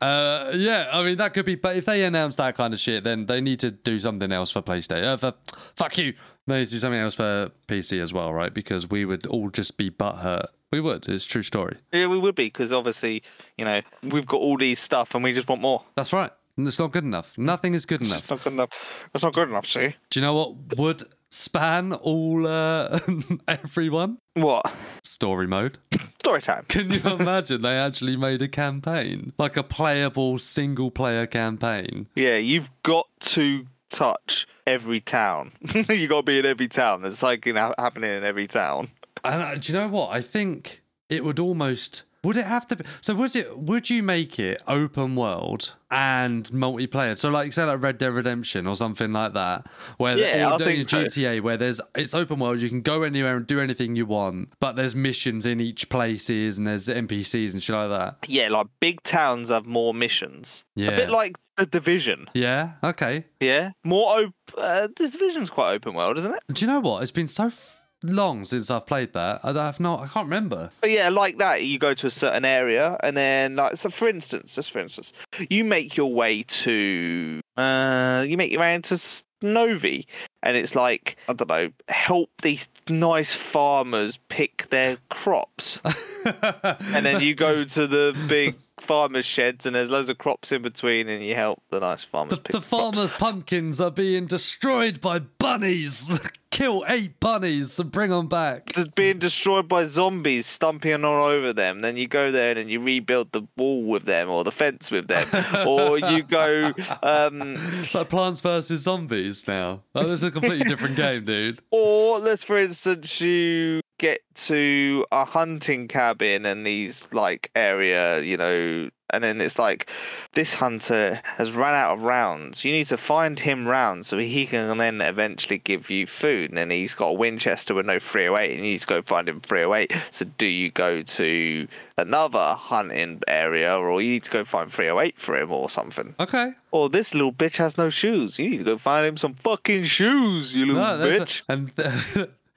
S2: Uh, yeah, I mean that could be. But if they announce that kind of shit, then they need to do something else for PlayStation. Uh, for fuck you, they need to do something else for PC as well, right? Because we would all just be butthurt. We would. It's a true story.
S1: yeah, we would be because obviously, you know, we've got all these stuff and we just want more.
S2: That's right. And It's not good enough. Nothing is good enough.
S1: It's not good enough. That's not good enough. See
S2: Do you know what would span all uh, [laughs] everyone?
S1: what?
S2: Story mode. [laughs]
S1: Story time.
S2: Can you imagine they actually made a campaign? Like a playable single player campaign.
S1: Yeah, you've got to touch every town. [laughs] you got to be in every town. There's something ha- happening in every town.
S2: And uh, do you know what? I think it would almost would it have to be so would it would you make it open world and multiplayer so like say like red dead redemption or something like that where
S1: Yeah,
S2: or
S1: I
S2: the-
S1: think so.
S2: gta where there's it's open world you can go anywhere and do anything you want but there's missions in each places and there's npcs and shit like that
S1: Yeah, like big towns have more missions.
S2: Yeah.
S1: A bit like the Division.
S2: yeah okay
S1: Yeah, more. Op- uh, the Division's quite open world, isn't it?
S2: do you know what it's been so f- long since i've played that I, i've not i can't remember
S1: But yeah, like that, you go to a certain area, and then, like, so for instance, just for instance, you make your way to, uh, you make your way into Snowy, and it's like, I don't know, help these nice farmers pick their
S2: [laughs]
S1: crops, and then you go to the big farmers' sheds, and there's loads of crops in between, and you help the nice farmers.
S2: The,
S1: pick
S2: the
S1: the crops.
S2: farmers' pumpkins are being destroyed by bunnies. [laughs] Kill eight bunnies and bring them back.
S1: That's being destroyed by zombies stomping all over them. Then you go there and then you rebuild the wall with them or the fence with them, or you go, um,
S2: It's like Plants vs Zombies now. Oh, this is a completely different game, dude.
S1: or let's for instance you get to a hunting cabin and these like area, you know, and then it's like this hunter has run out of rounds. You need to find him rounds so he can then eventually give you food. And then he's got a Winchester with no 308, and you need to go find him 308. So do you go to another hunting area, or you need to go find 308 for him or something?
S2: Okay.
S1: Or this little bitch has no shoes. You need to go find him some fucking shoes, you little
S2: No, that's a-
S1: bitch.
S2: and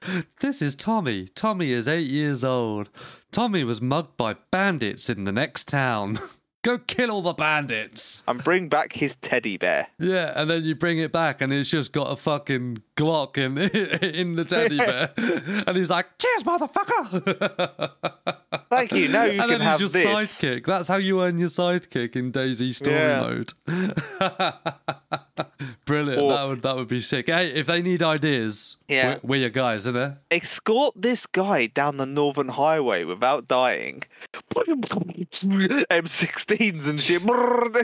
S2: [laughs] th- this is Tommy. Tommy is eight years old. Tommy was mugged by bandits in the next town. [laughs] Go kill all the bandits.
S1: and bring back his teddy bear.
S2: Yeah, and then you bring it back, and it's just got a fucking Glock in [laughs] in the teddy bear, [laughs] and he's like, "Cheers, motherfucker!"
S1: Thank you. Now you
S2: [laughs] and
S1: can
S2: then
S1: have
S2: he's your
S1: this.
S2: sidekick. That's how you earn your sidekick in Daisy Story
S1: Yeah.
S2: mode. [laughs] Brilliant.
S1: Or-
S2: that would that would be sick. Hey, if they need ideas,
S1: Yeah.
S2: we're, we're your guys, isn't it? [laughs]
S1: Escort this guy down the northern highway without dying. M16s and shit.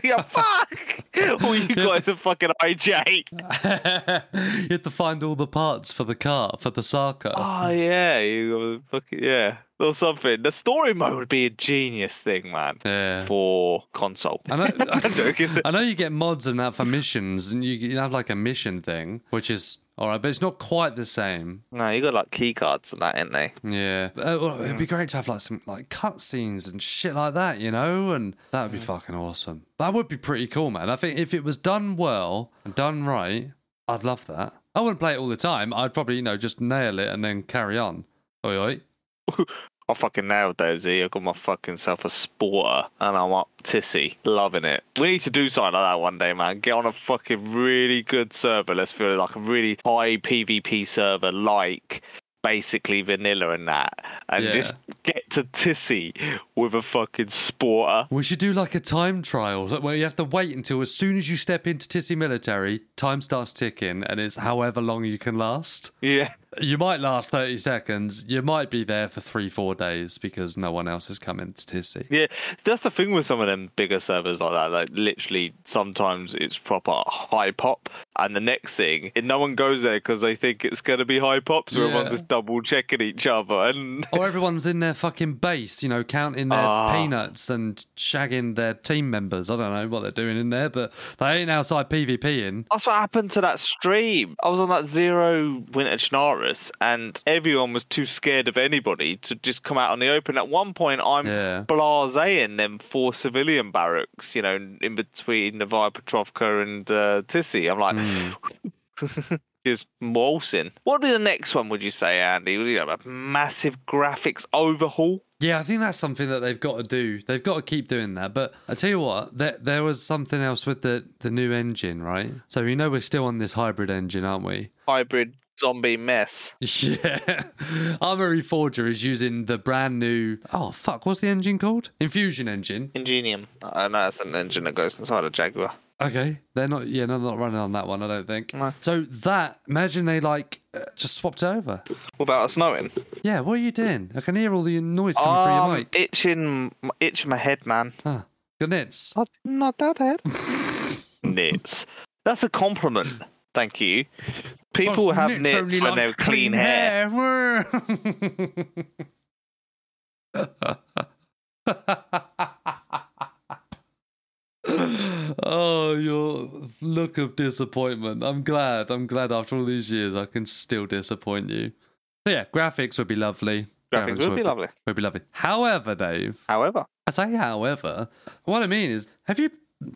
S1: [laughs] yeah, fuck! [laughs] All you got is a fucking IJ.
S2: Oh, you have to find all the parts for the car for the Saka.
S1: Oh yeah, you fucking yeah, or something. The story mode would be a genius thing, man,
S2: Yeah.
S1: for console. [laughs]
S2: I
S1: I'm
S2: know,
S1: joking.
S2: [laughs] I know you get mods and that for missions, and you, you have like a mission thing, which is all right, but it's not quite the same.
S1: No, you got like key cards and that, ain't they?
S2: Yeah, uh, well, it'd be great to have like some like cutscenes and shit like that, you know, and that would be fucking awesome. That would be pretty cool, man. I think if it was done well and done right, I'd love that. I wouldn't play it all the time. I'd probably, you know, just nail it and then carry on. Oi, oi.
S1: I fucking nailed that, Z. I got my fucking self a sporter and I'm up tissy. Loving it. We need to do something like that one day, man. Get on a fucking really good server. Let's feel like a really high PvP server, like basically vanilla and that. And
S2: Yeah.
S1: just get to tissy with a fucking sporter. [laughs]
S2: We should do like a time trial like, where you have to wait until as soon as you step into Tissy Military, time starts ticking and it's however long you can last.
S1: Yeah.
S2: You might last 30 seconds. You might be there for three, four days because no one else is coming to Tissy.
S1: Yeah, that's the thing with some of them bigger servers like that. Like literally, sometimes it's proper high pop, and the next thing, and no one goes there because they think it's gonna be high pop, so everyone's
S2: Yeah.
S1: just double checking each other. And
S2: Or everyone's in their fucking base, you know, counting their
S1: Ah.
S2: peanuts and shagging their team members. I don't know what they're doing in there, but they ain't outside PvPing.
S1: that's what happened to that stream. I was on that zero winter Chinaris, and everyone was too scared of anybody to just come out on the open. At one point, I'm
S2: Yeah.
S1: blaséing them four civilian barracks, you know, in between Novaya Petrovka and uh, Tissy. I'm like. [laughs] just waltzing. What would be the next one, would you say, Andy? Would you have a massive graphics overhaul?
S2: Yeah, I think that's something that they've got to do. They've got to keep doing that. But I tell you what, there, there was something else with the, the new engine, right? So you know we're still on this hybrid engine, aren't we? [laughs]
S1: Hybrid zombie mess.
S2: Yeah. Armory Forger is using the brand new. Oh, fuck. What's the engine called? Infusion engine.
S1: Ingenium. I know that's an engine that goes inside a Jaguar.
S2: Okay. They're not. Yeah, no, they're not running on that one, I don't think.
S1: No.
S2: So that, imagine they like uh, just swapped it over.
S1: What about a snowing?
S2: Yeah, what are you doing? I can hear all the noise coming through your
S1: Um,
S2: mic.
S1: itching, itching my head, man.
S2: Huh. Good nits.
S1: Not, not that head. [laughs] Nits. That's a compliment. Thank you. People
S2: Us
S1: have
S2: nits
S1: nits when
S2: only
S1: they have
S2: like
S1: clean, hair. [laughs]
S2: hair. oh, your look of disappointment. I'm glad. I'm glad after all these years I can still disappoint you. So yeah, graphics would be lovely.
S1: Graphics would be lovely.
S2: Would be lovely. However, Dave,
S1: However,
S2: I say however, what I mean is, have you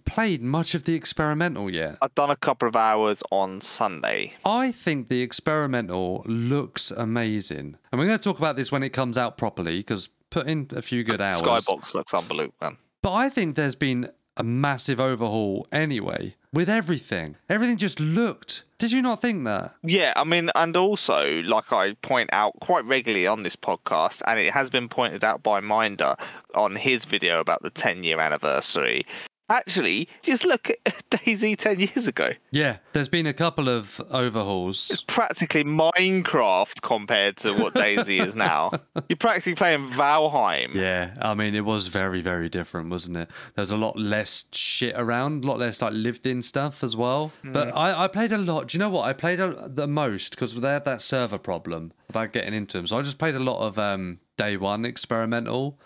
S2: played much of the experimental yet?
S1: I've done a couple of hours on Sunday.
S2: I think the experimental looks amazing. And we're going to talk about this when it comes out properly because put in a few good hours.
S1: Skybox looks unbelievable, man.
S2: But I think there's been a massive overhaul anyway with everything. Everything just looked. Did you not think that?
S1: Yeah, I mean, and also, like I point out quite regularly on this podcast, and it has been pointed out by Minder on his video about the 10 year anniversary. Actually, just look at [laughs] Daisy 10 years ago.
S2: Yeah, there's been a couple of overhauls.
S1: It's practically Minecraft compared to what Daisy is
S2: [laughs]
S1: now. You're practically playing Valheim.
S2: Yeah, I mean, it was very, very different, wasn't it? There's a lot less shit around, a lot less like lived in stuff as well. But I, I played a lot. Do you know what? I played a, the most because they had that server problem about getting into them. So I just played a lot of um, day one experimental.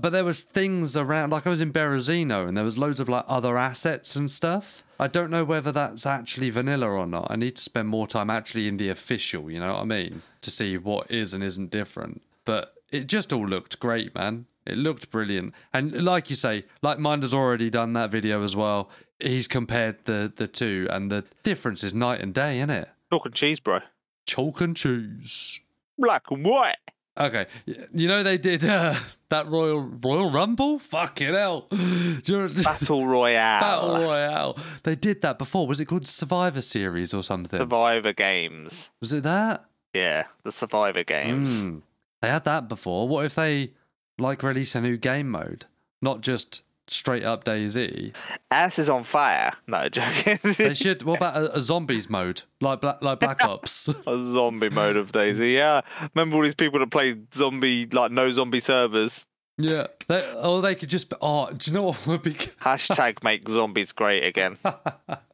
S2: But there was things around, like I was in Berezino, and there was loads of like other assets and stuff. I don't know whether that's actually vanilla or not. I need to spend more time actually in the official, you know what I mean, to see what is and isn't different. But it just all looked great, man. It looked brilliant, and like you say, like Minder's already done that video as well. He's compared the the two, and the difference is night and day, innit?
S1: Talking cheese, bro.
S2: Chalk and cheese.
S1: Black and white.
S2: Okay, y- you know they did uh, [laughs] that Royal Royal Rumble. Fucking hell, [laughs] Do you know-
S1: Battle Royale.
S2: [laughs] Battle Royale. They did that before. Was it called Survivor Series or something?
S1: Survivor games.
S2: Was it that?
S1: Yeah, the Survivor games.
S2: Mm. They had that before. What if they like release a new game mode, not just straight up DayZ?
S1: Ass is on fire. No, [laughs] joking.
S2: They should. What about a, a zombies mode, like Bla- like Black Ops? [laughs]
S1: A zombie mode of Daisy. Yeah, remember all these people that play zombie like no zombie servers.
S2: yeah. They, or they could just. Oh, do you know what would be? good? [laughs]
S1: Hashtag make zombies great again.
S2: do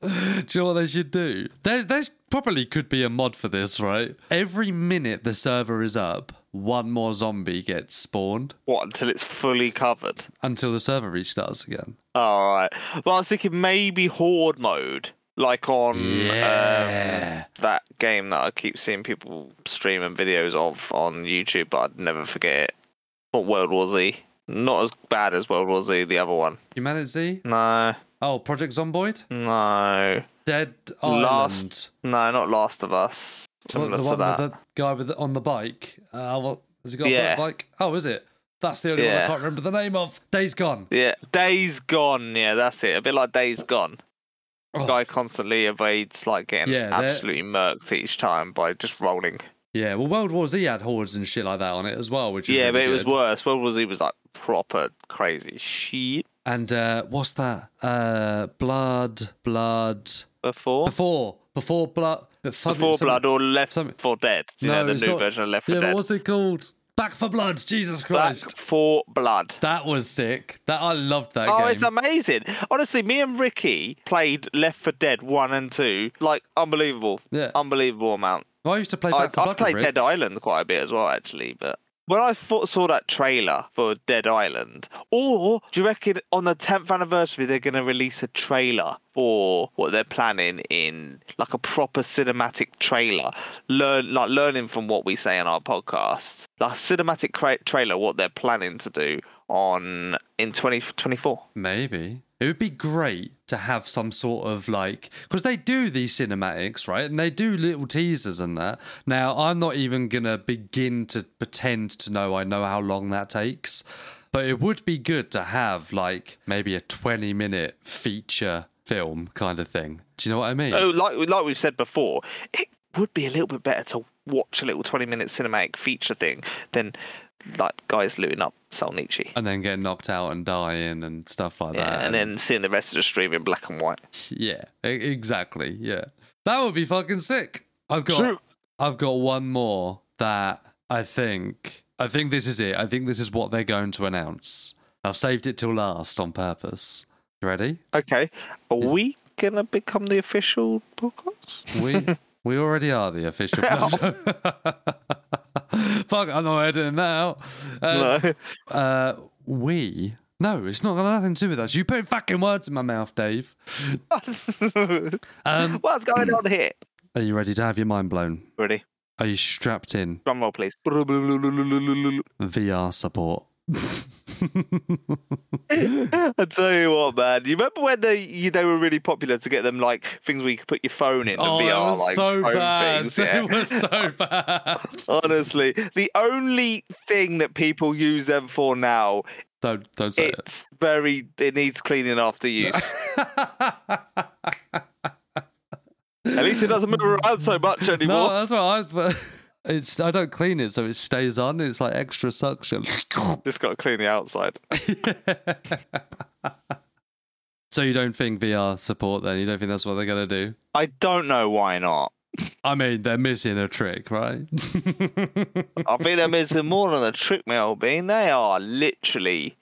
S2: you know what they should do? There, there's probably could be a mod for this, right? Every minute the server is up, one more zombie gets spawned
S1: What until it's fully covered?
S2: until the server restarts again.
S1: All right. Well, I was thinking maybe horde mode, like on
S2: Yeah.
S1: um, that game that I keep seeing people streaming videos of on YouTube, but I'd never forget it. Not World War Z. Not as bad as World War Z, the other one.
S2: Humanity?
S1: No,
S2: Oh, Project Zomboid?
S1: no.
S2: Dead Island.
S1: Last- No, not Last of Us.
S2: What,
S1: Similar
S2: the
S1: to
S2: one
S1: that.
S2: with the guy with the, on the bike. Uh, what, has he got
S1: Yeah.
S2: a bike? Oh, is it? That's the only one I
S1: Yeah.
S2: can't remember the name of. Days Gone.
S1: Yeah, Days Gone. Yeah, that's it. A bit like Days Gone.
S2: Oh.
S1: Guy constantly evades like getting
S2: Yeah, they're-
S1: absolutely murked each time by just rolling.
S2: Yeah, well, World War Z had hordes and shit like that on it as well, which is
S1: yeah, but
S2: really
S1: it was
S2: good.
S1: worse. World War Z was like proper crazy shit
S2: And uh, what's that? Uh, blood, blood.
S1: before.
S2: Before, before blood. Before,
S1: Before Blood or Left
S2: something-
S1: for Dead. You
S2: No,
S1: know, the
S2: it's
S1: new
S2: not-
S1: version of Left
S2: Yeah,
S1: for
S2: but
S1: Dead.
S2: what's it called? Back for Blood. Jesus
S1: Back
S2: Christ.
S1: for Blood.
S2: That was sick. That I loved that
S1: Oh,
S2: game.
S1: it's amazing. Honestly, me and Ricky played Left for Dead 1 and 2. Like, unbelievable.
S2: Yeah.
S1: Unbelievable amount.
S2: I used to play
S1: I,
S2: Back for
S1: I
S2: Blood. with
S1: Oh, played
S2: Rick.
S1: Dead Island quite a bit as well, actually. But when I thought, saw that trailer for Dead Island, or do you reckon on the 10th anniversary they're going to release a trailer for what they're planning in like a proper cinematic trailer? Learn like learning from what we say in our podcasts, like cinematic cra- trailer, what they're planning to do on in 2024.
S2: Maybe. It would be great to have some sort of like, because they do these cinematics, right? And they do little teasers and that. Now, I'm not even going to begin to pretend to know I know how long that takes, but it would be good to have like maybe a 20 minute feature film kind of thing. Do you know what I mean?
S1: So, like like we've said before, it would be a little bit better to watch a little twenty-minute cinematic feature thing than like guys looting up Solnichi.
S2: And then getting knocked out and dying and stuff like that.
S1: Yeah, and then seeing the rest of the stream in black and white.
S2: Yeah, e- exactly. Yeah, that would be fucking sick. I've got,
S1: True.
S2: I've got one more that I think, I think this is it. I think this is what they're going to announce. I've saved it till last on purpose. You ready?
S1: Okay, are we gonna become the official podcast?
S2: We, we already are the official. [laughs] No, Fuck, I'm not editing now. Uh,
S1: no,
S2: uh, we. No, it's not got nothing to do with us. You put fucking words in my mouth, Dave.
S1: [laughs]
S2: um,
S1: what's going on here?
S2: are you ready to have your mind blown?
S1: Ready?
S2: Are you strapped in?
S1: Drum roll, [laughs] please.
S2: VR [laughs] support.
S1: I tell you what, man. You remember when they you, they were really popular to get them like things where you could put your phone in? The
S2: oh,
S1: VR,
S2: it was
S1: like,
S2: so
S1: phone [laughs]
S2: bad.
S1: Things, yeah.
S2: [laughs] It was so bad.
S1: Honestly, the only thing that people use them for now,
S2: Don't don't say [laughs] it.
S1: it's very, it needs cleaning
S2: [laughs]
S1: after use. At least it doesn't move around so much
S2: No,
S1: anymore.
S2: that's all right. I, [laughs] it's I don't clean it, so it stays on. It's like extra suction.
S1: Just got to clean the outside.
S2: [laughs] so you don't think VR support? Then you don't think that's what they're gonna do?
S1: I don't know why not.
S2: I mean, they're missing a trick, right?
S1: I think they're missing more than a trick, Mel Bean. They are literally,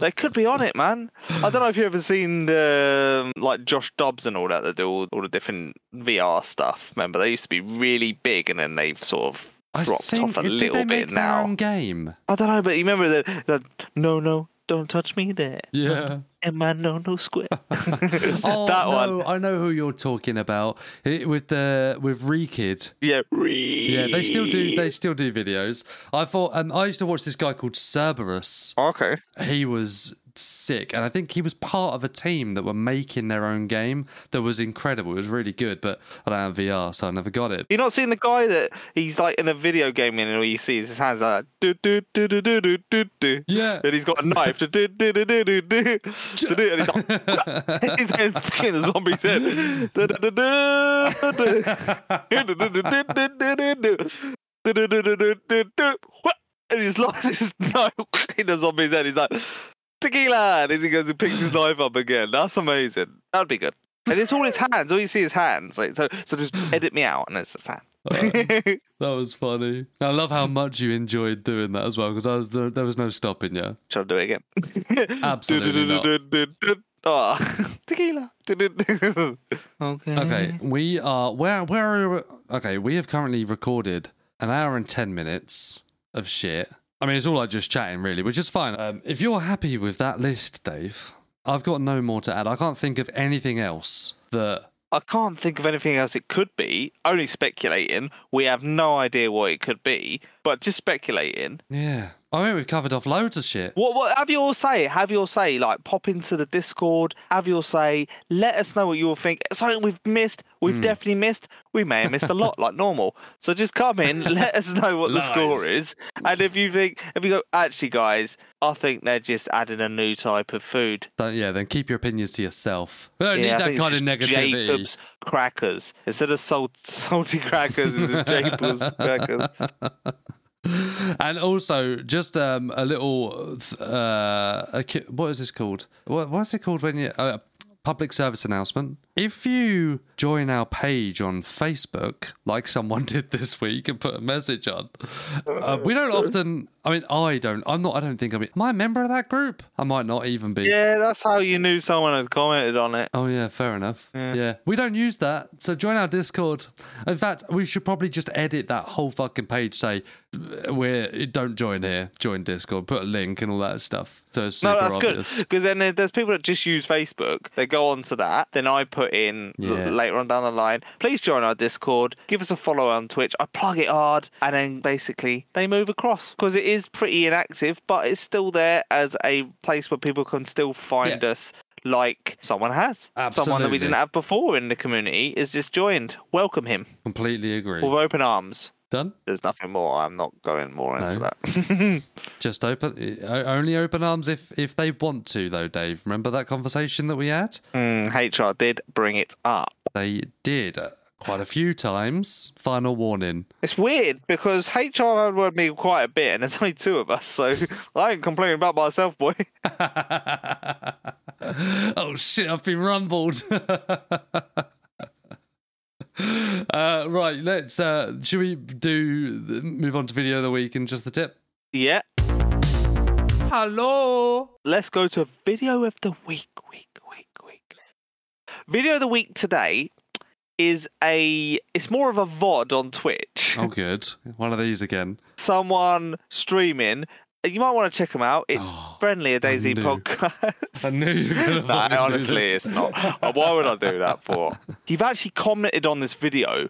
S1: they could be on it, man. I don't know if you've ever seen the, um, like Josh Dobbs and all that. They do all, all the different VR stuff. Remember, they used to be really big and then they've sort of
S2: [laughs] I
S1: dropped
S2: think
S1: off a
S2: did
S1: little
S2: they make
S1: bit
S2: their
S1: now.
S2: own game?
S1: I don't know, but you remember the, the no, no, don't touch me there.
S2: [laughs] Yeah.
S1: Am I no, no
S2: [laughs]
S1: square?
S2: Oh
S1: that
S2: no,
S1: one.
S2: I know who you're talking about. It, with the with Rekid.
S1: Yeah.
S2: Yeah, they still do. They still do videos. I thought. Um, I used to watch this guy called Cerberus.
S1: Okay.
S2: He was sick, and I think he was part of a team that were making their own game that was incredible. It was really good, but I don't have VR, so I never got it.
S1: You not seen the guy that he's like in a video game and all you see is his hands like do do do do do do do do. [laughs]
S2: Yeah.
S1: And he's got a knife. Do do do do do do do. do, do, And he's like [laughs] his head fucking the zombie's head. Do, do, do, do, do. Do, do, do, do, do, do, do. Do, do, do, do, do, do, do. What? And he's like [laughs] his knife in the zombie's head. He's like tequila, and then he goes and picks his knife up again. That's amazing. That'd be good. And it's all his hands. All you see is hands. Like so, so just edit me out, and it's just that. [laughs]
S2: That was funny. I love how much you enjoyed doing that as well, because I was there, there was no stopping you.
S1: Shall I do it again?
S2: Absolutely not.
S1: [laughs] not. Oh, tequila. okay.
S2: Okay, we are where where are okay, we have currently recorded an hour and 10 minutes of shit. I mean, it's all like just chatting really, which is fine. Um, if you're happy with that list, Dave, I've got no more to add. I can't think of anything else that
S1: I can't think of anything else it could be. Only speculating. We have no idea what it could be. but just speculating.
S2: Yeah. I mean, we've covered off loads of shit.
S1: What, what have your say? Have your say. Like pop into the Discord. Have your say. Let us know what you all think. Something we've missed.
S2: Hmm.
S1: We've definitely missed. We may have missed a lot, like normal. So just come in. [laughs] Let us know what the score
S2: Lies.
S1: is. And if you think, if you go, actually, guys, I think they're just adding a new type of food.
S2: So, yeah, then keep your opinions to yourself. We don't
S1: I
S2: need that
S1: think
S2: kind
S1: it's
S2: of
S1: just
S2: negativity.
S1: Jacob's crackers instead of salt, salty crackers, it's just
S2: [laughs]
S1: Jacob's crackers.
S2: and also, just um, a little. Uh, a, ki- what is this called? What, what's it called when you. Uh, public service announcement. If you join our page on Facebook, like someone [laughs] did this week and put a message on, uh, we don't often. I mean, I don't. I'm not. I don't think I'm. Am I a member of that group? I might not even be.
S1: Yeah, that's how you knew someone had commented on it.
S2: Oh yeah, fair enough. Yeah. we don't use that, so join our Discord. In fact, we should probably just edit that whole fucking page. Say we're don't join here, join Discord. Put a link and all that stuff. So it's super
S1: No, that's
S2: obvious.
S1: good because then there- there's people that just use Facebook. They go on to that. Then I put in l-
S2: Yeah.
S1: later on down the line. Please join our Discord. Give us a follow on Twitch. I plug it hard, and then basically they move across because it is pretty inactive, but it's still there as a place where people can still find
S2: Yeah.
S1: us. Like someone has, someone that we didn't
S2: Absolutely.
S1: have before in the community is just joined. Welcome him
S2: Completely agree.
S1: with open arms.
S2: Done.
S1: There's nothing more. I'm not going more into
S2: No.
S1: that. [laughs]
S2: Just open. o- Only open arms if if they want to, though. Dave, remember that conversation that we had?
S1: Mm, HR did bring it up.
S2: They did uh, quite a few times. Final warning.
S1: It's weird because HR had me quite a bit, and there's only two of us, so [laughs] I ain't complaining about myself, boy. [laughs]
S2: [laughs] oh shit, I've been rumbled. [laughs] uh, right, let's. Uh, should we do move on to video of the week and just the tip?
S1: Yeah,
S2: Hello.
S1: let's go to video of the week, week, week, week. Video of the week today is a. It's more of a VOD on Twitch.
S2: Oh, good. One of these again.
S1: Someone streaming. You might want to check them out. It's
S2: Oh,
S1: friendly a Daisy
S2: knew.
S1: podcast.
S2: I knew [laughs] you were gonna.
S1: No,
S2: fucking do
S1: honestly,
S2: this.
S1: it's not. Uh, Why would I do that for? You've actually commented on this video,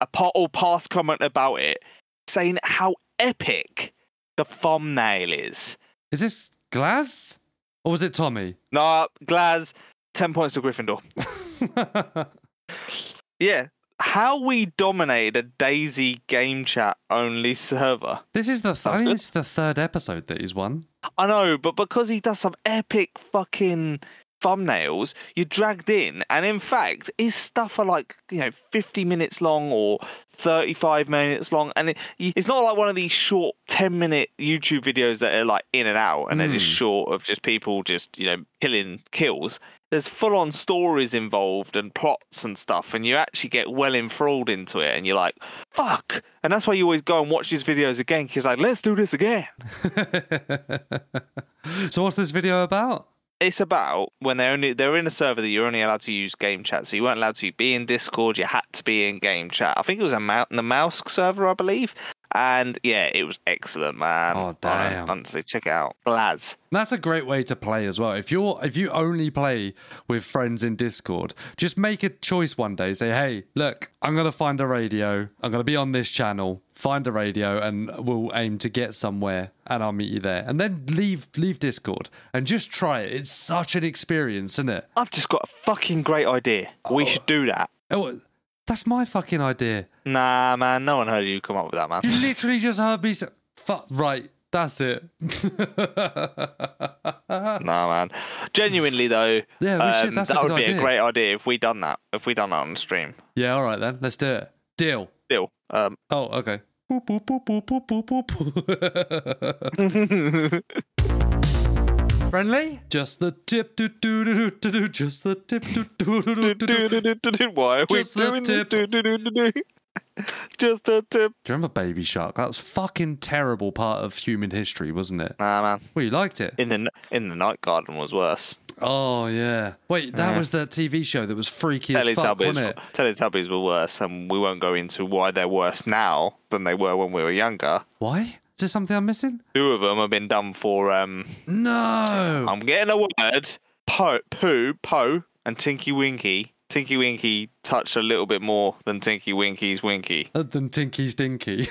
S1: a part or past comment about it, saying how epic the thumbnail is.
S2: Is this Glass or was it Tommy? [laughs]
S1: Nah, Glaz, ten points to Gryffindor. Yeah, how we dominated a Daisy game chat only server.
S2: this is the. Th- I
S1: Sounds
S2: think
S1: good.
S2: it's the third episode that he's won. [laughs]
S1: I know, but because he does some epic fucking thumbnails, you're dragged in. And in fact, his stuff are like, you know, 50 minutes long or 35 minutes long. And it, you- it's not like one of these short 10 minute YouTube videos that are like in and out and they're just
S2: Mm.
S1: short of just people just, you know, killing kills. There's full on stories involved and plots and stuff, and you actually get well enthralled into it. And you're like, fuck. And that's why you always go and watch his videos again because, like, let's do this again.
S2: so what's this video about?
S1: it's about when they're only they're in a server that you're only allowed to use game chat. So you weren't allowed to be in Discord. You had to be in game chat. I think it was a mou- the mouse server, I believe. And yeah, it was excellent, man.
S2: Oh, damn.
S1: Honestly, check it out, lads.
S2: That's a great way to play as well. If you're if you only play with friends in Discord, just make a choice one day. Say, hey, look, I'm gonna find a radio. I'm gonna be on this channel. Find a radio, and we'll aim to get somewhere, and I'll meet you there. And then leave leave Discord and just try it. It's such an experience, isn't it?
S1: I've just got a fucking great idea. We should do that.
S2: Oh, that's my fucking idea.
S1: Nah, man. No one heard you come up with that, man.
S2: You literally just heard me say, "Fuck right." That's it.
S1: [laughs] nah, man. Genuinely though,
S2: Yeah, we should-
S1: um,
S2: that's a
S1: that
S2: good
S1: would be
S2: idea.
S1: a great idea if we done that. If we done that on stream,
S2: yeah, all right then. Let's do it. Deal.
S1: still. Um,
S2: Oh, okay. Boop, boop, boop, boop, boop, boop, boop. [laughs] Friendly? Just the tip, do, do, do, do, do, do, just the tip, do,
S1: [laughs]
S2: do, do, do, do, do. Do you
S1: Why are
S2: Just
S1: we
S2: the
S1: doing
S2: tip.
S1: this? [laughs] Just a tip.
S2: remember Baby Shark? That was fucking terrible part of human history, wasn't it?
S1: Nah, man.
S2: Well, you liked it.
S1: In the n- in the night garden was worse.
S2: Oh, yeah. Wait, that was that TV show that was freaky as fuck, wasn't
S1: Teletubbies,
S2: it?
S1: Teletubbies were worse, and we won't go into why they're worse now than they were when we were younger.
S2: Why? Is there something I'm missing?
S1: Two of them have been done for. Um,
S2: No.
S1: I'm getting a word. Po, poo, po, and Tinky Winky Tinky Winky touched a little bit more than Tinky Winky's Winky.
S2: Other than
S1: [laughs]
S2: Tinky's Dinky. [laughs]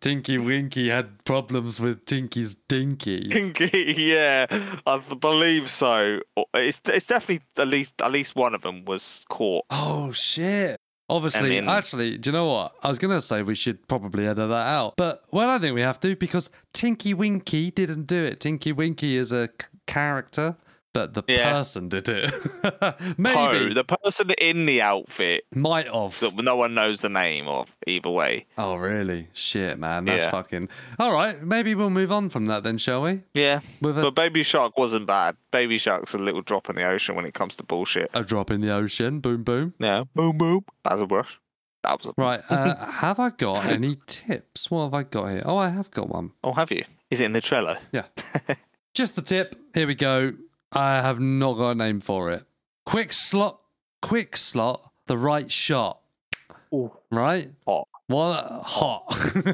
S2: Tinky Winky had problems with Tinky's Dinky.
S1: Pinky, [laughs] yeah, I believe so. Or- It's it's definitely at least at least one of them was caught.
S2: Oh, shit. Obviously,
S1: I mean-
S2: actually, do you know what? I was going to say we should probably edit that out. But, well, I think we have to because Tinky Winky didn't do it. Tinky Winky is a c- character, but the
S1: Yeah.
S2: person did it. [laughs]
S1: Oh,
S2: Maybe.
S1: the person in the outfit
S2: Might have.
S1: that no one knows the name of. Either way,
S2: Oh, really? Shit, man. That's
S1: Yeah.
S2: fucking. All right. Maybe we'll move on from that then, shall we?
S1: yeah.
S2: With a,
S1: But Baby Shark wasn't bad. Baby Shark's a little drop in the ocean when it comes to bullshit.
S2: a drop in the ocean. Boom, boom.
S1: Yeah, boom boom. That's a brush. That was a. [laughs]
S2: Right. Uh, have I got any tips? What have I got here? Oh, I have got one.
S1: Oh, have you? Is it in the Trello?
S2: Just the tip. Here we go. I have not got a name for it. Quick slot. Quick slot. The right shot.
S1: Ooh.
S2: Right?
S1: Hot.
S2: Well,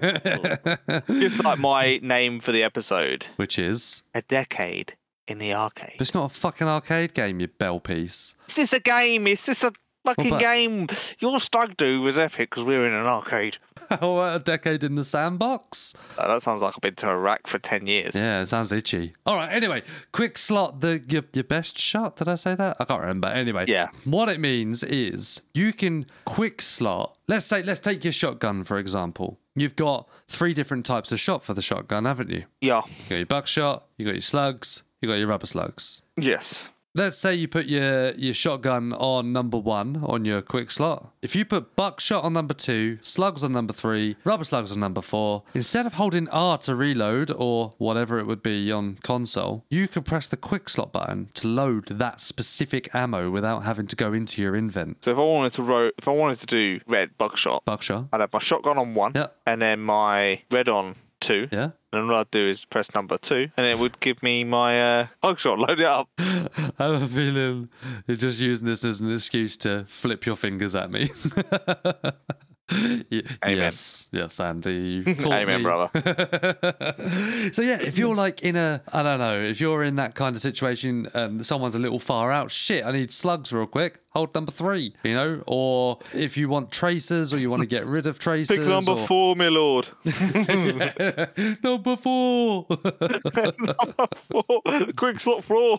S2: hot.
S1: It's like my name for the episode.
S2: [laughs] Which is.
S1: A decade in the arcade.
S2: It's not a fucking arcade game, you bell piece. [laughs]
S1: It's just a game. It's just a fucking
S2: but-
S1: game. Your stag do was epic because we were in an arcade.
S2: Oh, a decade in the sandbox.
S1: Uh, that sounds like I've been to Iraq for 10 years.
S2: Yeah, it sounds itchy. All right. Anyway, quick slot the your, your best shot. Did I say that? I can't remember. Anyway,
S1: Yeah.
S2: What it means is you can quick slot. Let's say let's take your shotgun for example. You've got three different types of shot for the shotgun, haven't you?
S1: Yeah.
S2: You got your buckshot. You got your slugs. You got your rubber slugs.
S1: Yes.
S2: Let's say you put your, your shotgun on number one on your quick slot. If you put buckshot on number two, slugs on number three, rubber slugs on number four, instead of holding R to reload or whatever it would be on console, you can press the quick slot button to load that specific ammo without having to go into your invent.
S1: So if I wanted to ro- if I wanted to do red buckshot,
S2: Buckshot.
S1: I'd have my shotgun on one,
S2: Yeah.
S1: and then my red on two.
S2: Yeah.
S1: And what I'd do is press number two, and it would give me my uh, buckshot. [laughs] Load it up.
S2: [laughs] I have a feeling you're just using this as an excuse to flip your fingers at me. [laughs] Ye-
S1: Amen.
S2: Yes, yes, Andy.
S1: [laughs]
S2: You caught
S1: Amen,
S2: me. [laughs]
S1: brother.
S2: so yeah, if
S1: Mm.
S2: you're like in a, I don't know, if you're in that kind of situation, um, someone's a little far out. Shit, I need slugs real quick. Hold number three, you know. Or if you want tracers, or you want to get rid of tracers.
S1: Pick number
S2: or-
S1: four, my lord. [laughs]
S2: [laughs] number four. [laughs]
S1: Four. Quick slot four.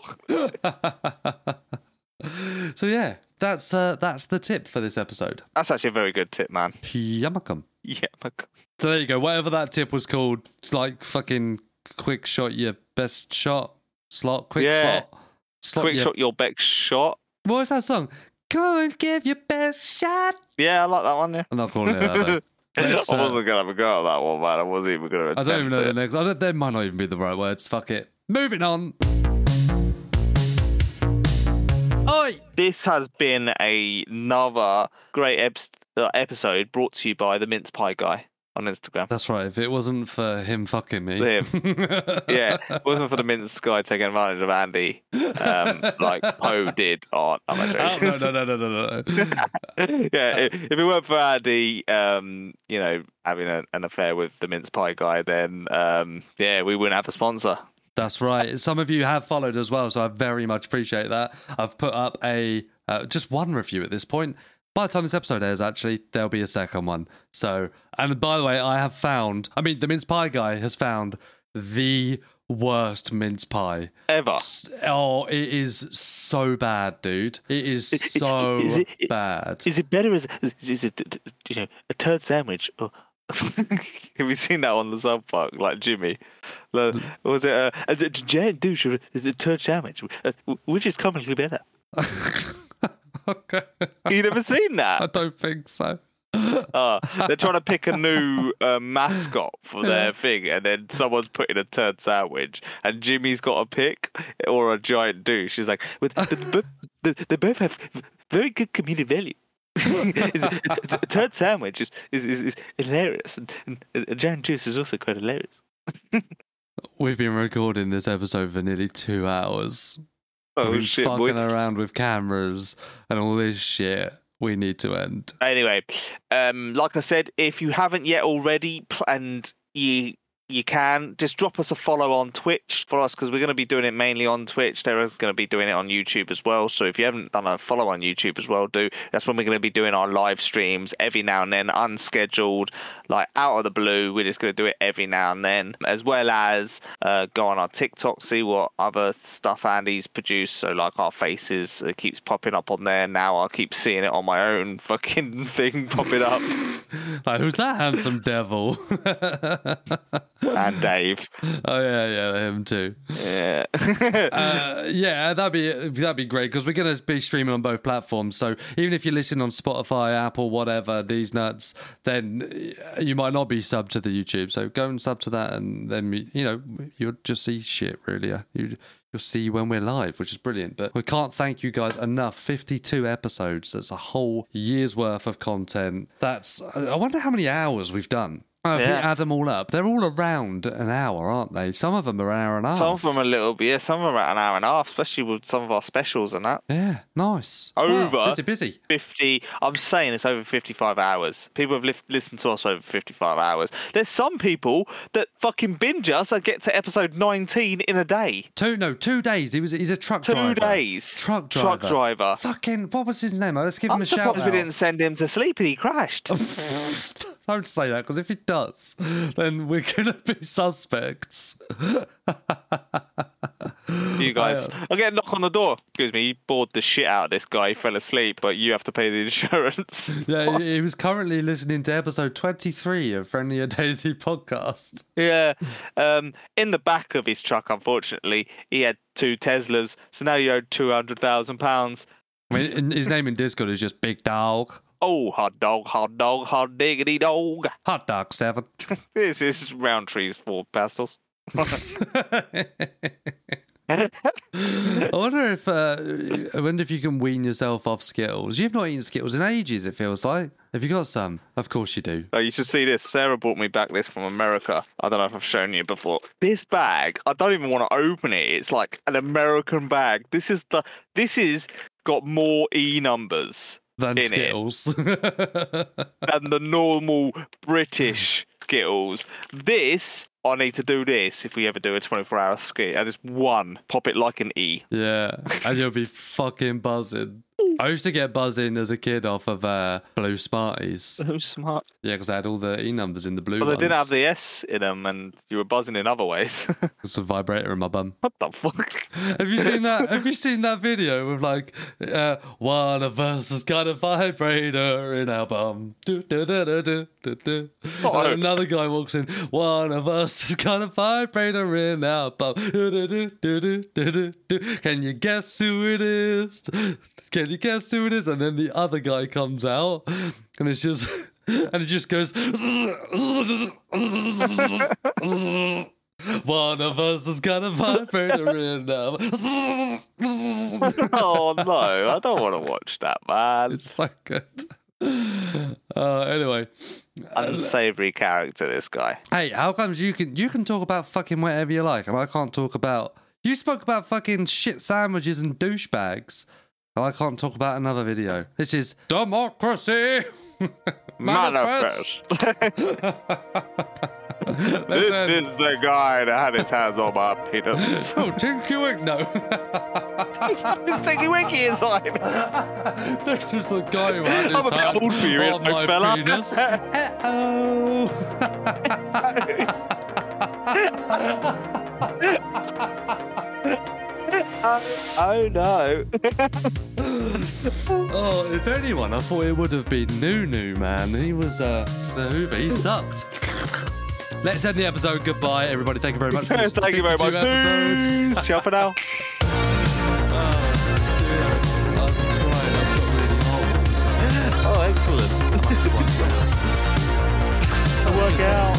S2: so yeah, that's uh, that's the tip for this episode.
S1: That's actually a very good tip, man. [laughs]
S2: Yummakum.
S1: Yeah. My God.
S2: So there you go. Whatever that tip was called, it's like fucking quick shot, your best shot slot, quick
S1: Yeah.
S2: slot, slot.
S1: Quick
S2: your-
S1: shot, your back shot.
S2: What was that song? Go and give your best shot.
S1: Yeah, I like that one. Yeah.
S2: I'm not calling it that.
S1: [laughs]
S2: though.
S1: I
S2: Let's, uh,
S1: wasn't gonna have a go at that one, man. I wasn't even gonna.
S2: I don't
S1: attempt
S2: even know
S1: it.
S2: the next. I don't, they might not even be the right words. Fuck it. Moving on. Oi!
S1: This has been another great ep- uh, episode brought to you by the mince pie guy on Instagram.
S2: That's right. If it wasn't for him fucking me,
S1: Him. Yeah, it wasn't for the mince guy taking advantage of Andy, um, like
S2: [laughs]
S1: Poe did. on I'm a
S2: [laughs] Oh,
S1: joke.
S2: no, no, no, no, no, no.
S1: [laughs] yeah, i- if it weren't for Andy, um, you know, having a, an affair with the mince pie guy, then um, yeah, we wouldn't have a sponsor.
S2: That's right. Some of you have followed as well, so I very much appreciate that. I've put up a uh, just one review at this point. By the time this episode airs, actually, there'll be a second one. So, and by the way, I have found. I mean, the mince pie guy has found the worst mince pie.
S1: Ever.
S2: S- Oh, it is so bad, dude. It
S1: [laughs]
S2: is
S1: Is it-
S2: so
S1: is it-
S2: bad.
S1: Is it better as is it you know a turd sandwich? Or... [laughs] Have you seen that on the South Park? Like Jimmy, Like, was it uh, a, a giant douche or is it a turd sandwich? Uh, wh- Which is commonly better?
S2: [laughs] okay,
S1: You never seen
S2: [laughs] I
S1: that?
S2: don't think so.
S1: Uh, they're trying to pick a new uh, mascot for their thing, and then someone's putting a turd sandwich, and Jimmy's got a pick or a giant douche. He's like, with but they both- they, they both have very good community value. [laughs] is, a turd sandwich is, is, is, is hilarious, and, and a giant juice is also quite hilarious.
S2: We've been recording this episode for nearly two hours.
S1: Oh
S2: We've been
S1: shit!
S2: fucking
S1: boy.
S2: around with cameras and all this shit. We need to end.
S1: Anyway, um, like I said, if you haven't yet already, pl- and you you can just drop us a follow on Twitch for us because we're going to be doing it mainly on Twitch. They're going to be doing it on YouTube as well. So if you haven't done a follow on YouTube as well, do. That's when we're going to be doing our live streams every now and then, unscheduled, like out of the blue. We're just going to do it every now and then, as well as uh, go on our TikTok, see what other stuff Andy's produced. So like our faces it keeps popping up on there. Now I keep seeing it on my own [laughs] fucking thing popping up.
S2: Like, who's that handsome devil? [laughs]
S1: and Dave,
S2: oh yeah, yeah, him too.
S1: yeah.
S2: Uh, yeah, that'd be that'd be great because we're gonna be streaming on both platforms. So even if you're listening on Spotify, Apple, whatever, these nuts, then uh, you might not be subbed to the YouTube. So go and sub to that, and then you you know you'll just see shit. Really, yeah. you you'll see when we're live, which is brilliant. But we can't thank you guys enough. Fifty-two episodes. That's a whole year's worth of content. That's I wonder how many hours we've done. Uh, If we
S1: Yeah.
S2: add them all up, they're all around an hour, aren't they? Some of them are an hour and a half.
S1: Some of them a little bit, yeah. Some of them are an hour and a half, especially with some of our specials and that.
S2: Yeah, nice.
S1: Over.
S2: Wow, busy, busy.
S1: Fifty, I'm saying it's over fifty-five hours. People have lif- listened to us over fifty-five hours. There's some people that fucking binge us and get to episode nineteen in a day.
S2: Two, no, two days. He was. He's a truck
S1: Two
S2: driver.
S1: days.
S2: Truck driver.
S1: Truck driver.
S2: Fucking. What was his name? Let's give him
S1: I'm
S2: a shout
S1: surprised
S2: out.
S1: we didn't send him to sleep and he crashed.
S2: Don't say that because if he does, [laughs] then we're gonna be suspects.
S1: [laughs] you guys, I get a knock on the door. Excuse me, you bored the shit out of this guy. He fell asleep, but you have to pay the insurance. [laughs]
S2: Yeah, he, he was currently listening to episode twenty-three of Friendly and Daisy podcast.
S1: Yeah. Um, in the back of his truck, unfortunately, he had two Teslas, so now you owe two hundred thousand pounds.
S2: I mean, in- his name in Discord is just Big Dog
S1: Oh, hot dog, hot dog, hot diggity dog.
S2: Hot Dog Seven.
S1: This is Roundtree's four pastels.
S2: I wonder if uh, I wonder if you can wean yourself off Skittles. You've not eaten Skittles in ages. It feels like. Have you got some? Of course you do.
S1: Oh, you should see this. Sarah brought me back this from America. I don't know if I've shown you before. This bag, I don't even want to open it. It's like an American bag. This is the this is got more E numbers
S2: Than
S1: In it.
S2: Skittles. [laughs]
S1: than the normal British Skittles. This I need to do this if we ever do a 24 hour skit. I just one pop it like an E.
S2: yeah, and you'll be fucking buzzing. I used to get buzzing as a kid off of uh, blue Smarties.
S1: So smart.
S2: Yeah, because I had all the E numbers in the blue
S1: Well, they
S2: ones.
S1: didn't have the S in them, and you were buzzing in other ways. [laughs]
S2: It's a vibrator in my bum.
S1: what the fuck?
S2: Have you seen that? Have you seen that video with like uh, one of us has got a vibrator in our bum? Do, do, do, do, do, do, do.
S1: Oh.
S2: And another guy walks in. One of us has got a vibrator in our bum. Do, do, do, do, do, do, do, do. Can you guess who it is? Can you guess who it is? And then the other guy comes out, and it's just and it just goes. One of us has got a vibrator in our.
S1: oh no, I don't want to watch that, man.
S2: it's [laughs] so good. Uh, anyway,
S1: Unsavory character, this guy.
S2: hey, how comes you can you can talk about fucking whatever you like, and I can't talk about you spoke about fucking shit sandwiches and douchebags, and I can't talk about another video. This is democracy [laughs] manifest.
S1: [laughs] this is the guy that had his hands on my
S2: [laughs]
S1: penis.
S2: Oh, Tinky Wink, no. [laughs]
S1: It's Tinky Winky inside.
S2: This is the guy who had his
S1: I'm a bit
S2: hand
S1: old for you,
S2: on
S1: big
S2: my
S1: fella.
S2: penis.
S1: [laughs]
S2: Oh. Uh-oh.
S1: Oh no.
S2: Oh, if anyone, I thought it would have been Nunu, man. He was uh, the Hoover. He sucked. Let's end the episode. Goodbye, everybody. Thank you very much for
S1: [laughs] [laughs]
S2: listening
S1: Thank
S2: to
S1: you very
S2: 52
S1: much.
S2: Episodes.
S1: Peace. Ciao for now.
S2: I'm crying. I've got really hot.
S1: Oh, excellent. [laughs] Work out.